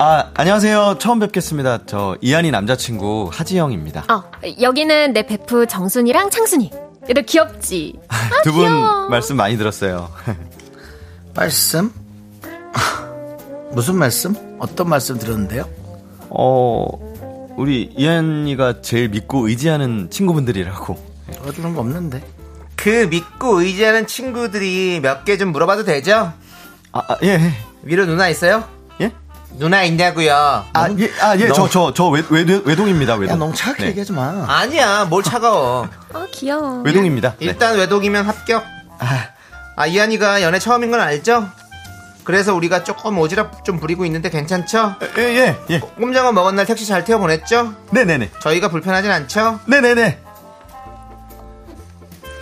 [SPEAKER 11] 아 안녕하세요. 처음 뵙겠습니다. 저 이한이 남자친구 하지영입니다.
[SPEAKER 12] 어, 여기는 내 베프 정순이랑 창순이. 얘들 귀엽지?
[SPEAKER 11] 아, 두 분
[SPEAKER 12] 아, 귀여워.
[SPEAKER 11] 말씀 많이 들었어요.
[SPEAKER 1] 말씀? 무슨 말씀? 어떤 말씀 들었는데요?
[SPEAKER 11] 어 우리 이한이가 제일 믿고 의지하는 친구분들이라고.
[SPEAKER 1] 도와주는 거 없는데.
[SPEAKER 2] 그 믿고 의지하는 친구들이 몇 개 좀 물어봐도 되죠?
[SPEAKER 11] 아, 예.
[SPEAKER 2] 위로 누나 있어요?
[SPEAKER 11] 예?
[SPEAKER 2] 누나 있냐고요?
[SPEAKER 11] 아 예 아 예 저 저 저 외동입니다. 외동. 네.
[SPEAKER 2] 야, 너무 차갑게
[SPEAKER 1] 얘기하지 마.
[SPEAKER 2] 아니야, 뭘 차가워.
[SPEAKER 12] 어, 귀여워.
[SPEAKER 11] 외동입니다. 네.
[SPEAKER 2] 일단 외동이면 합격. 아, 이한이가 연애 처음인 건 알죠? 그래서 우리가 조금 오지랖 좀 부리고 있는데 괜찮죠?
[SPEAKER 11] 예, 예, 예.
[SPEAKER 2] 꼼장어 먹은 날 택시 잘 태워 보냈죠?
[SPEAKER 11] 네네네.
[SPEAKER 2] 저희가 불편하진 않죠?
[SPEAKER 11] 네네네.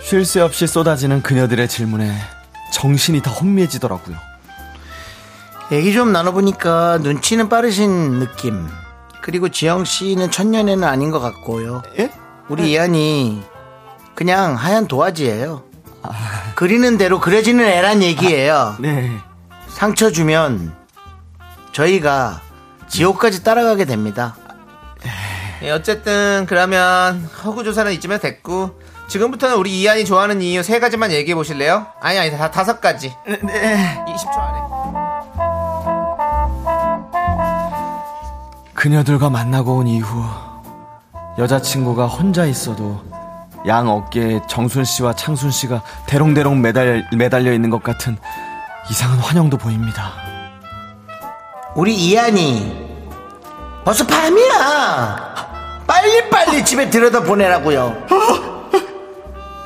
[SPEAKER 11] 쉴 새 없이 쏟아지는 그녀들의 질문에 정신이 더 혼미해지더라고요.
[SPEAKER 1] 얘기 좀 나눠보니까 눈치는 빠르신 느낌. 그리고 지영 씨는 천년에는 아닌 것 같고요.
[SPEAKER 11] 예?
[SPEAKER 1] 우리 이한이 그냥 하얀 도화지예요. 그리는 대로 그려지는 애란 얘기예요.
[SPEAKER 11] 네.
[SPEAKER 1] 상처 주면 저희가 지옥까지 따라가게 됩니다.
[SPEAKER 2] 예, 어쨌든 그러면 허구 조사는 이쯤에 됐고 지금부터는 우리 이한이 좋아하는 이유 세 가지만 얘기해 보실래요? 아니 아니 다 다섯 가지.
[SPEAKER 11] 네.
[SPEAKER 2] 20초 안에.
[SPEAKER 11] 그녀들과 만나고 온 이후 여자친구가 혼자 있어도 양 어깨에 정순 씨와 창순 씨가 대롱대롱 매달, 매달려 있는 것 같은 이상한 환영도 보입니다.
[SPEAKER 1] 우리 이한이 벌써 밤이야. 빨리 빨리 집에 들여다 보내라고요.
[SPEAKER 11] 어?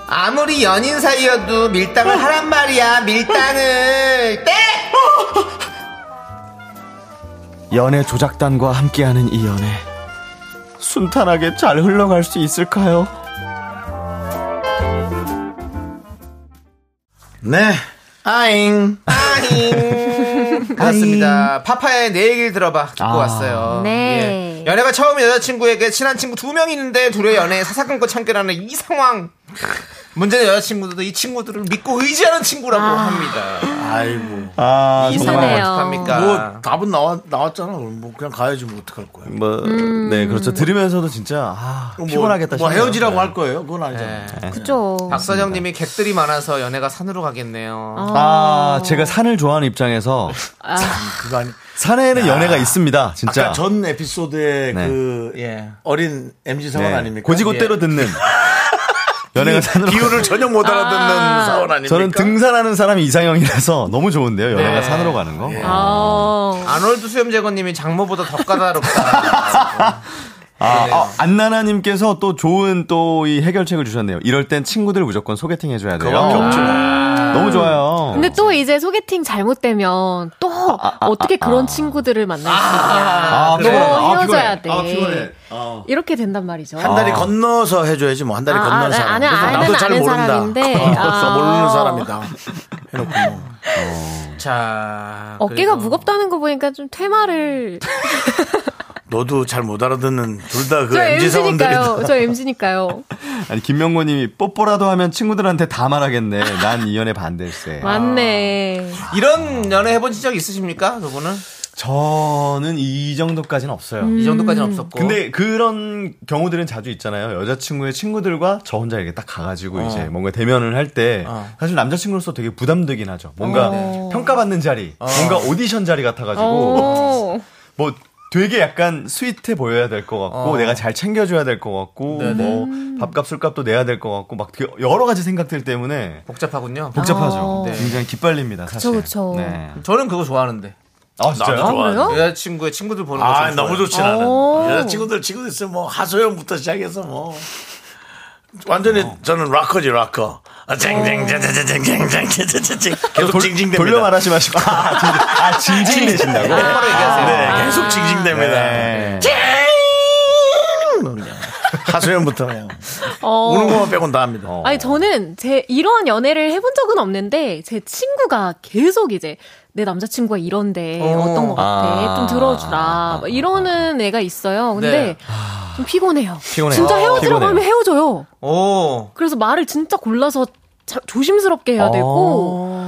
[SPEAKER 2] 아무리 연인 사이여도 밀당을 하란 말이야 밀당을 땡!
[SPEAKER 11] 연애 조작단과 함께하는 이 연애 순탄하게 잘 흘러갈 수 있을까요?
[SPEAKER 1] 네. 아잉.
[SPEAKER 2] 아잉. 그렇습니다. 파파의 내 얘기를 들어봐 듣고
[SPEAKER 1] 아.
[SPEAKER 2] 왔어요.
[SPEAKER 12] 네.
[SPEAKER 2] 예. 연애가 처음 여자친구에게 친한 친구 두 명 있는데 둘의 연애에 사사건건 참견하는 이 상황 문제는 여자친구들도 이 친구들을 믿고 의지하는
[SPEAKER 6] 아,
[SPEAKER 2] 친구라고
[SPEAKER 11] 아.
[SPEAKER 2] 합니다.
[SPEAKER 1] 아이고.
[SPEAKER 2] 아, 이 상황
[SPEAKER 1] 정말.
[SPEAKER 2] 어떡합니까?
[SPEAKER 1] 뭐 답은 나와 나왔잖아. 그럼 뭐 그냥 가야지 뭐 어떡할 거야.
[SPEAKER 11] 뭐,
[SPEAKER 12] 음.
[SPEAKER 11] 네, 그렇죠. 들으면서도 진짜, 아,
[SPEAKER 1] 뭐,
[SPEAKER 11] 피곤하겠다.
[SPEAKER 1] 뭐
[SPEAKER 11] 싶네요.
[SPEAKER 1] 헤어지라고
[SPEAKER 11] 네.
[SPEAKER 1] 할 거예요? 그건 아니잖아요.
[SPEAKER 11] 네.
[SPEAKER 12] 그죠.
[SPEAKER 2] 예. 박사장님이 객들이 많아서 연애가 산으로 가겠네요.
[SPEAKER 11] 아, 제가 산을 좋아하는 입장에서,
[SPEAKER 1] 그거 아니.
[SPEAKER 11] 산에는 연애가 있습니다. 진짜.
[SPEAKER 1] 아까 전 에피소드의
[SPEAKER 11] 네.
[SPEAKER 1] 그
[SPEAKER 2] 예.
[SPEAKER 1] 어린 MZ 상원
[SPEAKER 11] 네.
[SPEAKER 1] 아닙니까? 예.
[SPEAKER 11] 고지고대로 듣는. 연애가 산으로.
[SPEAKER 1] 기운을 전혀 못 알아듣는
[SPEAKER 12] 아.
[SPEAKER 1] 상원 아닙니까?
[SPEAKER 11] 저는 등산하는 사람이 이상형이라서 너무 좋은데요. 연애가
[SPEAKER 2] 네.
[SPEAKER 11] 산으로 가는 거.
[SPEAKER 1] 예.
[SPEAKER 12] 아.
[SPEAKER 2] 아놀드 수염제거님이 장모보다 더 까다롭다.
[SPEAKER 1] 네.
[SPEAKER 11] 아, 아, 안나나님께서 또 좋은 또 이 해결책을 주셨네요. 이럴 땐 친구들 무조건 소개팅 해줘야 돼요. 아.
[SPEAKER 1] 그거밖에 없죠. 아.
[SPEAKER 11] 너무 좋아요.
[SPEAKER 12] 근데 또 이제 소개팅 잘못되면 또 어떻게 그런 친구들을 만날 수 있냐. 너
[SPEAKER 11] 아, 피곤해. 아,
[SPEAKER 12] 헤어져야
[SPEAKER 11] 피곤해.
[SPEAKER 12] 돼.
[SPEAKER 11] 아, 피곤해. 어.
[SPEAKER 12] 이렇게 된단 말이죠.
[SPEAKER 1] 한 다리
[SPEAKER 11] 아.
[SPEAKER 1] 건너서 해줘야지 뭐 한 다리
[SPEAKER 12] 아, 아,
[SPEAKER 1] 건너서
[SPEAKER 12] 아니, 아니, 아니,
[SPEAKER 1] 나도 잘
[SPEAKER 12] 아는
[SPEAKER 1] 모른다.
[SPEAKER 12] 사람인데.
[SPEAKER 1] 건너서
[SPEAKER 12] 아.
[SPEAKER 1] 모르는 사람이다. 해놓고 뭐.
[SPEAKER 2] 자,
[SPEAKER 12] 어깨가
[SPEAKER 2] 그리고-
[SPEAKER 12] 무겁다는 거 보니까 좀 퇴마를.
[SPEAKER 1] 너도 잘 못 알아듣는 둘 다 그
[SPEAKER 12] 저
[SPEAKER 1] MZ 사원들이다.
[SPEAKER 12] MZ니까요. 저 MZ니까요.
[SPEAKER 11] 아니 김명곤님이 뽀뽀라도 하면 친구들한테 다 말하겠네. 난 이 연애 반대일세.
[SPEAKER 12] 맞네.
[SPEAKER 2] 이런 연애 해본 적 있으십니까? 두 분은?
[SPEAKER 11] 저는 이 정도까지는 없어요.
[SPEAKER 2] 이 정도까지는 없었고.
[SPEAKER 11] 근데 그런 경우들은 자주 있잖아요. 여자친구의 친구들과 저 혼자 이렇게 딱 가가지고
[SPEAKER 1] 어.
[SPEAKER 11] 이제 뭔가 대면을 할 때
[SPEAKER 2] 어.
[SPEAKER 11] 사실 남자친구로서 되게 부담되긴 하죠. 뭔가
[SPEAKER 12] 어.
[SPEAKER 11] 평가받는 자리, 뭔가 오디션 자리
[SPEAKER 2] 어.
[SPEAKER 11] 같아가지고
[SPEAKER 12] 오.
[SPEAKER 11] 뭐 되게 약간 스윗해 보여야 될 것 같고
[SPEAKER 2] 어. 네, 음.
[SPEAKER 11] 내가 잘 챙겨줘야 될 것 같고 뭐 밥값 술값도 내야 될 것 같고 막 되게 여러 가지 생각들 때문에
[SPEAKER 2] 복잡하군요.
[SPEAKER 11] 복잡하죠.
[SPEAKER 12] 아. 네.
[SPEAKER 11] 굉장히 기빨립니다 사실.
[SPEAKER 12] 그쵸, 그쵸.
[SPEAKER 11] 네.
[SPEAKER 2] 저는 그거 좋아하는데.
[SPEAKER 11] 아 진짜요?
[SPEAKER 1] 나도 좋아.
[SPEAKER 12] 그래요?
[SPEAKER 2] 여자친구의 친구들 보는 거.
[SPEAKER 1] 아,
[SPEAKER 2] 좀
[SPEAKER 1] 너무
[SPEAKER 2] 좋아해요.
[SPEAKER 1] 좋진 않아.
[SPEAKER 12] 오.
[SPEAKER 1] 여자친구들 친구들 있으면 뭐 하소연부터 시작해서 뭐. 완전히
[SPEAKER 11] 어.
[SPEAKER 1] 저는 락커지, 락커. 아,
[SPEAKER 12] 어.
[SPEAKER 1] 쨍쨍쨍쨍쨍쨍쨍쨍쨍. 계속 징징댑니다.
[SPEAKER 11] 돌려 말하지 마시고. 아, 징징. 아, 징징 내신다고?
[SPEAKER 2] 똑바로 얘기하세요.
[SPEAKER 1] 네, 계속 징징댑니다.
[SPEAKER 11] 네.
[SPEAKER 1] 하소연부터 그냥.
[SPEAKER 12] 어.
[SPEAKER 1] 우는 것만 빼곤 다 합니다.
[SPEAKER 11] 어.
[SPEAKER 12] 아니 저는 제 이런 연애를 해본 적은 없는데 제 친구가 계속 이제 내 남자친구가 이런데 어. 떤것 같아
[SPEAKER 11] 아.
[SPEAKER 12] 좀 들어주라 막 이러는 애가 있어요. 근데
[SPEAKER 2] 네.
[SPEAKER 12] 좀 피곤해요.
[SPEAKER 11] 피곤해요.
[SPEAKER 12] 진짜 헤어지라고
[SPEAKER 11] 피곤해요.
[SPEAKER 12] 하면 헤어져요.
[SPEAKER 2] 오.
[SPEAKER 12] 그래서 말을 진짜 골라서 자- 조심스럽게 해야 되고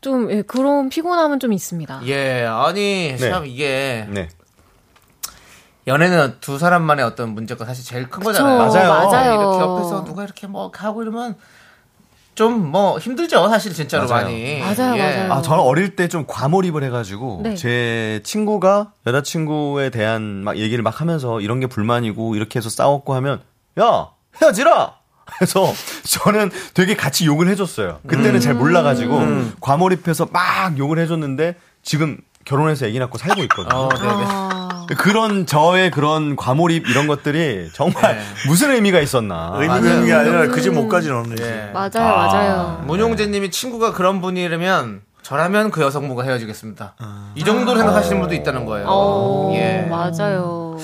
[SPEAKER 12] 좀 예, 그런 피곤함은 좀 있습니다.
[SPEAKER 2] 예, 아니, 참 이게.
[SPEAKER 11] 네.
[SPEAKER 2] 연애는 두 사람만의 어떤 문제가 사실 제일 큰 거잖아요.
[SPEAKER 11] 맞아요.
[SPEAKER 12] 맞아요.
[SPEAKER 2] 이렇게 옆에서 누가 이렇게 뭐 하고 이러면 좀 뭐 힘들죠, 사실 진짜로
[SPEAKER 11] 맞아요.
[SPEAKER 2] 많이. 예.
[SPEAKER 12] 맞아요, 맞아요.
[SPEAKER 1] 네.
[SPEAKER 11] 아, 저는 어릴 때 좀 과몰입을 해가지고
[SPEAKER 12] 네.
[SPEAKER 11] 제 친구가 여자친구에 대한 막 얘기를 막 하면서 이런 게 불만이고 이렇게 해서 싸웠고 하면 야 헤어지라. 해서 저는 되게 같이 욕을 해줬어요. 그때는 잘 몰라가지고
[SPEAKER 1] 음.
[SPEAKER 11] 과몰입해서 막 욕을 해줬는데 지금 결혼해서 애기 낳고 살고 있거든요.
[SPEAKER 2] 어, 네네.
[SPEAKER 12] 아,
[SPEAKER 11] 그런 저의 그런 과몰입 이런 것들이 정말 무슨 의미가 있었나.
[SPEAKER 1] 네. 의미 있는 게 아니라 그 집 못까지는 없네.
[SPEAKER 2] 예.
[SPEAKER 12] 맞아요, 맞아요.
[SPEAKER 2] 문용재님이 친구가 그런 분이라면 저라면 그 여성분과 헤어지겠습니다.
[SPEAKER 1] 아.
[SPEAKER 2] 이 정도로 생각하시는 분도 있다는 거예요.
[SPEAKER 12] 어,
[SPEAKER 2] 예.
[SPEAKER 1] 네.
[SPEAKER 12] 맞아요.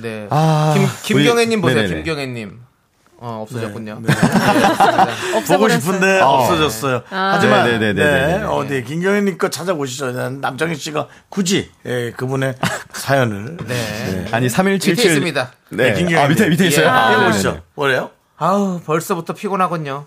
[SPEAKER 2] 네.
[SPEAKER 11] 아,
[SPEAKER 2] 김, 김경애님
[SPEAKER 11] 우리-
[SPEAKER 2] 보세요,
[SPEAKER 11] 네네네.
[SPEAKER 2] 김경애님. 어, 없어졌군요.
[SPEAKER 1] 네.
[SPEAKER 2] 네.
[SPEAKER 1] 보고
[SPEAKER 12] 없애버렸어요. 아.
[SPEAKER 1] 싶은데 없어졌어요. 하지만
[SPEAKER 11] 네, 네, 네, 네,
[SPEAKER 1] 네,
[SPEAKER 11] 네.
[SPEAKER 1] 어디 김경현님 거 찾아보시죠. 난 남정희 씨가 굳이 예, 그분의 사연을
[SPEAKER 2] 네.
[SPEAKER 11] 아니 3177
[SPEAKER 2] 밑에 있습니다.
[SPEAKER 11] 네.
[SPEAKER 1] 김경현님.
[SPEAKER 11] 아, 밑에 밑에 있어요.
[SPEAKER 2] 예.
[SPEAKER 11] 아, 네네네.
[SPEAKER 1] 읽어보시죠. 뭐래요?
[SPEAKER 2] 아우, 벌써부터 피곤하군요.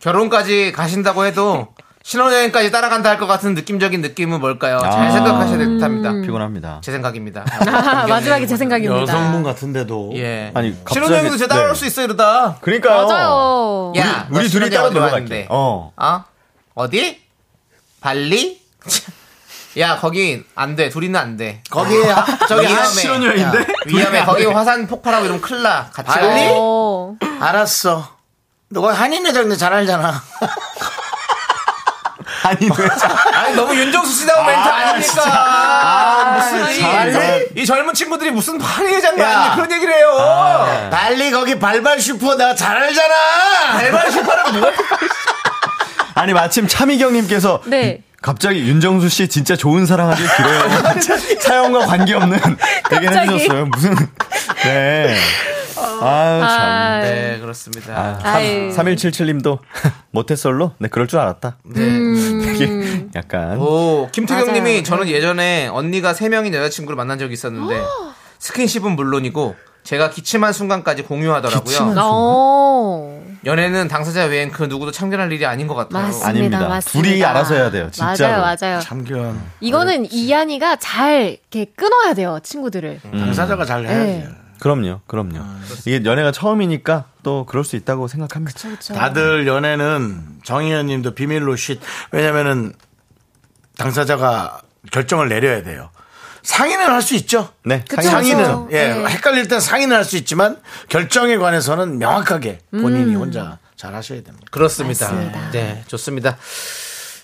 [SPEAKER 2] 결혼까지 가신다고 해도 신혼여행까지 따라간다 할 것 같은 느낌적인 느낌은 뭘까요? 잘
[SPEAKER 11] 아.
[SPEAKER 2] 생각하셔야 될 듯합니다.
[SPEAKER 11] 피곤합니다.
[SPEAKER 2] 제 생각입니다.
[SPEAKER 12] 아, 마지막에 제 생각입니다.
[SPEAKER 1] 여성분 같은데도
[SPEAKER 2] 예.
[SPEAKER 11] 아니, 갑자기-
[SPEAKER 2] 신혼여행도 제 따라올
[SPEAKER 11] 네.
[SPEAKER 2] 수 있어 이러다.
[SPEAKER 11] 그러니까요.
[SPEAKER 12] 맞아요.
[SPEAKER 2] 야,
[SPEAKER 11] 우리
[SPEAKER 2] 너
[SPEAKER 11] 둘이
[SPEAKER 2] 신혼여행
[SPEAKER 11] 따로
[SPEAKER 2] 어디
[SPEAKER 11] 놀러
[SPEAKER 2] 갔는데?
[SPEAKER 11] 갈게. 어.
[SPEAKER 2] 어? 어디? 발리? 야, 거기 안 돼. 둘이는 안 돼. 아,
[SPEAKER 1] 거기
[SPEAKER 2] 저기 위험해.
[SPEAKER 11] 신혼여행인데?
[SPEAKER 2] 야, 위험해. 거기 화산 폭발하고 이러면 큰일 나. 같이 가.
[SPEAKER 1] 발리?
[SPEAKER 12] 어.
[SPEAKER 1] 알았어. 너가 한인회장인데 잘 알잖아.
[SPEAKER 11] 아니 왜 자-
[SPEAKER 2] 아니, 너무 윤정수 씨다운 멘트 아닙니까? 무슨 이,
[SPEAKER 11] 참.
[SPEAKER 2] 이 젊은 친구들이 무슨 발리 회장도
[SPEAKER 1] 야.
[SPEAKER 2] 아닌데 그런 얘기를 해요.
[SPEAKER 1] 발리 거기 발발 슈퍼 내가 잘 알잖아.
[SPEAKER 2] 발발 슈퍼라고 뭐야?
[SPEAKER 11] 아니 마침 차미경님께서
[SPEAKER 12] 네.
[SPEAKER 11] 갑자기 윤정수 씨 진짜 좋은 사랑 하길 길어요. 사연과 관계없는 얘기를
[SPEAKER 12] 갑자기.
[SPEAKER 11] 해주셨어요. 무슨 네. 아유 참.
[SPEAKER 12] 어. 아,
[SPEAKER 2] 네, 그렇습니다.
[SPEAKER 12] 아유.
[SPEAKER 11] 3177님도 모태솔로? 네 그럴 줄 알았다. 음. 되게
[SPEAKER 12] 음.
[SPEAKER 11] 약간
[SPEAKER 2] 오,
[SPEAKER 12] 맞아요. 아.
[SPEAKER 2] 김태경님이 저는 예전에 언니가 세 명인 여자친구를 만난 적이 있었는데 스킨십은 물론이고 제가 기침한 순간까지 공유하더라고요.
[SPEAKER 12] 기침한 순간? 오.
[SPEAKER 2] 연애는 당사자 외엔 그 누구도 참견할 일이 아닌 것 같아요.
[SPEAKER 12] 맞습니다, 아닙니다. 맞습니다. 둘이 알아서 해야 돼요, 진짜로. 맞아요, 맞아요.
[SPEAKER 1] 참견.
[SPEAKER 12] 이거는
[SPEAKER 2] 네.
[SPEAKER 12] 이한이가 잘 이렇게 끊어야 돼요, 친구들을.
[SPEAKER 2] 음.
[SPEAKER 1] 당사자가 잘 해야
[SPEAKER 12] 네.
[SPEAKER 1] 돼요.
[SPEAKER 11] 그럼요, 그럼요.
[SPEAKER 2] 아,
[SPEAKER 11] 이게 연애가 처음이니까 또 그럴 수 있다고 생각합니다.
[SPEAKER 2] 음.
[SPEAKER 1] 다들 연애는 정의연님도 비밀로 쉿. 왜냐면은 당사자가 결정을 내려야 돼요. 상의는 할 수 있죠.
[SPEAKER 11] 네,
[SPEAKER 12] 그쵸,
[SPEAKER 1] 상의는
[SPEAKER 12] 그쵸.
[SPEAKER 1] 예
[SPEAKER 12] 네.
[SPEAKER 1] 헷갈릴 땐 상의는 할 수 있지만 결정에 관해서는 명확하게
[SPEAKER 2] 음.
[SPEAKER 1] 본인이 혼자 잘 하셔야 됩니다.
[SPEAKER 2] 그렇습니다.
[SPEAKER 1] 맞습니다.
[SPEAKER 2] 네, 좋습니다.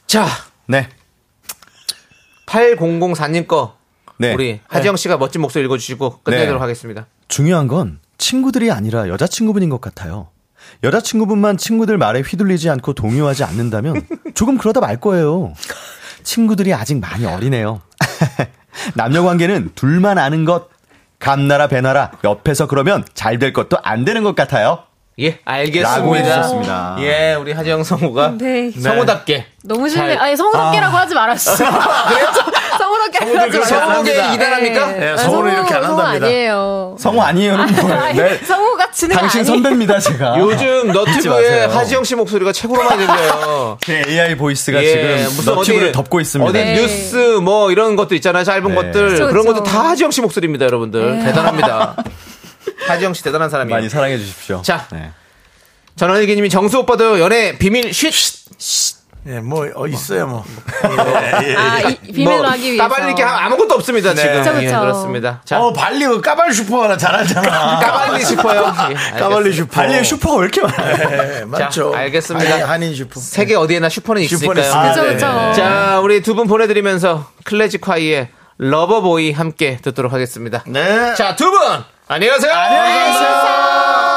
[SPEAKER 2] 자,
[SPEAKER 11] 네.
[SPEAKER 2] 8004님 거
[SPEAKER 11] 네.
[SPEAKER 2] 우리 하지영 씨가 멋진 목소리 읽어주시고 끝내도록
[SPEAKER 11] 네.
[SPEAKER 2] 하겠습니다.
[SPEAKER 11] 중요한 건 친구들이 아니라 여자친구분인 것 같아요. 여자친구분만 친구들 말에 휘둘리지 않고 동요하지 않는다면 조금 그러다 말 거예요. 친구들이 아직 많이 어리네요. 남녀 관계는 둘만 아는 것. 감나라 배나라 옆에서 그러면 잘 될 것도 안 되는 것 같아요.
[SPEAKER 2] 예,
[SPEAKER 11] 라고
[SPEAKER 2] 알겠습니다.
[SPEAKER 11] 해주셨습니다.
[SPEAKER 2] 예, 우리 하지영 성우가
[SPEAKER 12] 네.
[SPEAKER 2] 성우답게
[SPEAKER 12] 너무 실례.
[SPEAKER 2] 잘-
[SPEAKER 12] 아니, 성우답게라고
[SPEAKER 2] 아.
[SPEAKER 12] 하지 말았어요.
[SPEAKER 2] 그래요?
[SPEAKER 12] 성우답게
[SPEAKER 2] 성우들
[SPEAKER 12] 하지
[SPEAKER 2] 그렇게
[SPEAKER 12] 말았어요.
[SPEAKER 2] 안 합니다. 성우계 이단합니까? 예,
[SPEAKER 12] 아,
[SPEAKER 2] 성우는
[SPEAKER 12] 성우,
[SPEAKER 2] 이렇게 안
[SPEAKER 12] 성우
[SPEAKER 2] 한답니다.
[SPEAKER 12] 아니에요.
[SPEAKER 11] 성우 아니에요는 뭐예요?
[SPEAKER 12] 아니,
[SPEAKER 11] 네.
[SPEAKER 12] 성우가 진행
[SPEAKER 11] 당신
[SPEAKER 12] 아니-
[SPEAKER 11] 선배입니다, 제가.
[SPEAKER 2] 요즘
[SPEAKER 11] 잊지
[SPEAKER 2] 너튜브에
[SPEAKER 11] 마세요.
[SPEAKER 2] 하지영 씨 목소리가 최고로 많이 들려요.
[SPEAKER 11] 제 AI 보이스가
[SPEAKER 2] 예,
[SPEAKER 11] 지금 너튜브를 덮고 있습니다.
[SPEAKER 2] 어디 뉴스 뭐 이런 것들 있잖아요. 짧은
[SPEAKER 11] 네.
[SPEAKER 2] 것들
[SPEAKER 11] 그렇죠,
[SPEAKER 2] 그런
[SPEAKER 11] 그렇죠.
[SPEAKER 2] 것도 다 하지영 씨 목소리입니다, 여러분들.
[SPEAKER 11] 네.
[SPEAKER 2] 대단합니다. 하지영 씨 대단한 사람이에요.
[SPEAKER 11] 많이 사랑해 주십시오.
[SPEAKER 2] 자,
[SPEAKER 11] 네.
[SPEAKER 2] 전원일기님이 정수 오빠도 연애 비밀 쉿.
[SPEAKER 1] 예, 뭐 어, 있어요 뭐.
[SPEAKER 2] 예,
[SPEAKER 12] 아, 이- 비밀로 하기 위해서.
[SPEAKER 2] 까발릴 뭐 게 아무것도 없습니다
[SPEAKER 1] 네.
[SPEAKER 2] 지금.
[SPEAKER 12] 그쵸, 그쵸.
[SPEAKER 2] 예, 그렇습니다. 자,
[SPEAKER 1] 어 발리 그 까발 슈퍼 하나 잘하잖아.
[SPEAKER 2] 까발리 슈퍼요. 예,
[SPEAKER 1] 까발리 슈퍼.
[SPEAKER 11] 발리의 슈퍼가 왜 이렇게 많아요?
[SPEAKER 1] 예, 맞죠.
[SPEAKER 2] 자, 알겠습니다.
[SPEAKER 1] 아니, 한인 슈퍼. 네.
[SPEAKER 2] 세계 어디에나 슈퍼는
[SPEAKER 1] 슈퍼는
[SPEAKER 2] 있으니까요.
[SPEAKER 1] 있습니다. 네, 그쵸,
[SPEAKER 12] 그쵸.
[SPEAKER 2] 자, 우리 두 분 보내드리면서 클래식 화이의 러버보이 함께 듣도록 하겠습니다.
[SPEAKER 1] 네.
[SPEAKER 2] 자, 두 분! 안녕히 가세요!
[SPEAKER 12] 네,
[SPEAKER 2] 안녕히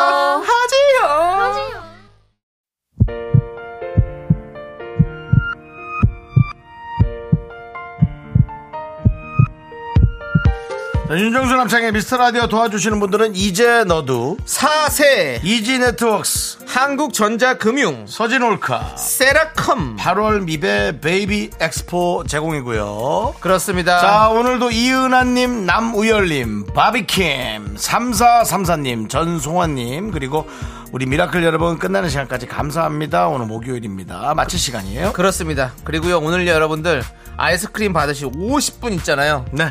[SPEAKER 1] 자, 윤정수 남창의 미스터 라디오 도와주시는 분들은 이제 너도
[SPEAKER 2] 사세
[SPEAKER 1] 이지 네트워크스
[SPEAKER 2] 한국전자금융
[SPEAKER 1] 서진올카
[SPEAKER 2] 세라컴
[SPEAKER 1] 8월 미베 베이비 엑스포 제공이고요.
[SPEAKER 2] 그렇습니다.
[SPEAKER 1] 자, 오늘도 이은하님, 남우열님, 바비킴, 3434님, 전송환님, 그리고 우리 미라클 여러분 끝나는 시간까지 감사합니다. 오늘 목요일입니다. 마칠 시간이에요.
[SPEAKER 2] 그렇습니다. 그리고요, 오늘 여러분들 아이스크림 받으시고 50분 있잖아요.
[SPEAKER 1] 네.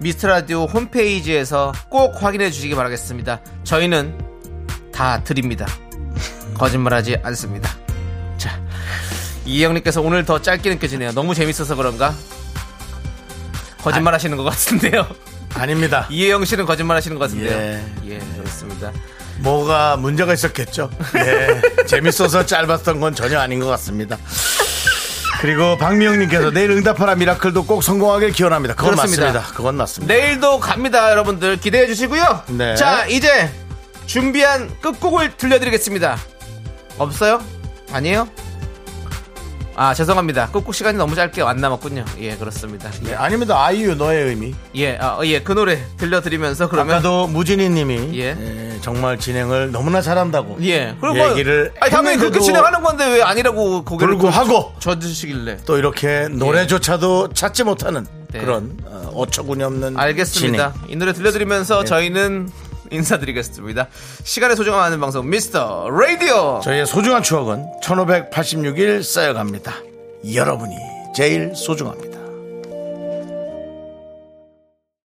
[SPEAKER 2] 미스트라디오 홈페이지에서 꼭 확인해 주시기 바라겠습니다. 저희는 다 드립니다. 거짓말하지 않습니다. 자, 이영님께서 오늘 더 짧게 느껴지네요. 너무 재밌어서 그런가? 거짓말 하시는 것 같은데요.
[SPEAKER 1] 아닙니다.
[SPEAKER 2] 이혜영 씨는 거짓말 하시는 것 같은데요.
[SPEAKER 1] 예.
[SPEAKER 2] 예, 그렇습니다.
[SPEAKER 1] 뭐가 문제가 있었겠죠. 예. 재밌어서 짧았던 건 전혀 아닌 것 같습니다. 그리고 박미영님께서 내일 응답하라 미라클도 꼭 성공하길 기원합니다. 그건
[SPEAKER 2] 그렇습니다.
[SPEAKER 1] 맞습니다. 그건 맞습니다.
[SPEAKER 2] 내일도 갑니다, 여러분들. 기대해 주시고요.
[SPEAKER 1] 네.
[SPEAKER 2] 자, 이제 준비한 끝곡을 들려드리겠습니다. 없어요? 아니에요? 아, 죄송합니다. 끝곡 시간이 너무 짧게 안 남았군요. 예, 그렇습니다.
[SPEAKER 1] 네, 아닙니다. 아이유 너의 의미.
[SPEAKER 2] 예, 아, 어, 예, 그 노래 들려드리면서 그러면.
[SPEAKER 1] 아까도 무진이님이
[SPEAKER 2] 예.
[SPEAKER 1] 예, 정말 진행을 너무나 잘한다고
[SPEAKER 2] 예, 그리고
[SPEAKER 1] 얘기를
[SPEAKER 2] 아니, 당연히
[SPEAKER 1] 했는데도
[SPEAKER 2] 그렇게 진행하는 건데 왜 아니라고 고개를
[SPEAKER 1] 불구 하고
[SPEAKER 2] 져주시길래.
[SPEAKER 1] 또 이렇게 노래조차도 찾지 못하는
[SPEAKER 2] 네.
[SPEAKER 1] 그런 어, 어처구니 없는
[SPEAKER 2] 알겠습니다.
[SPEAKER 1] 진행. 네.
[SPEAKER 2] 이 노래 들려드리면서 저희는 인사드리겠습니다. 시간의 소중함 하는 방송 미스터 라디오.
[SPEAKER 1] 저희의 소중한 추억은 1586일 쌓여갑니다. 여러분이 제일 소중합니다.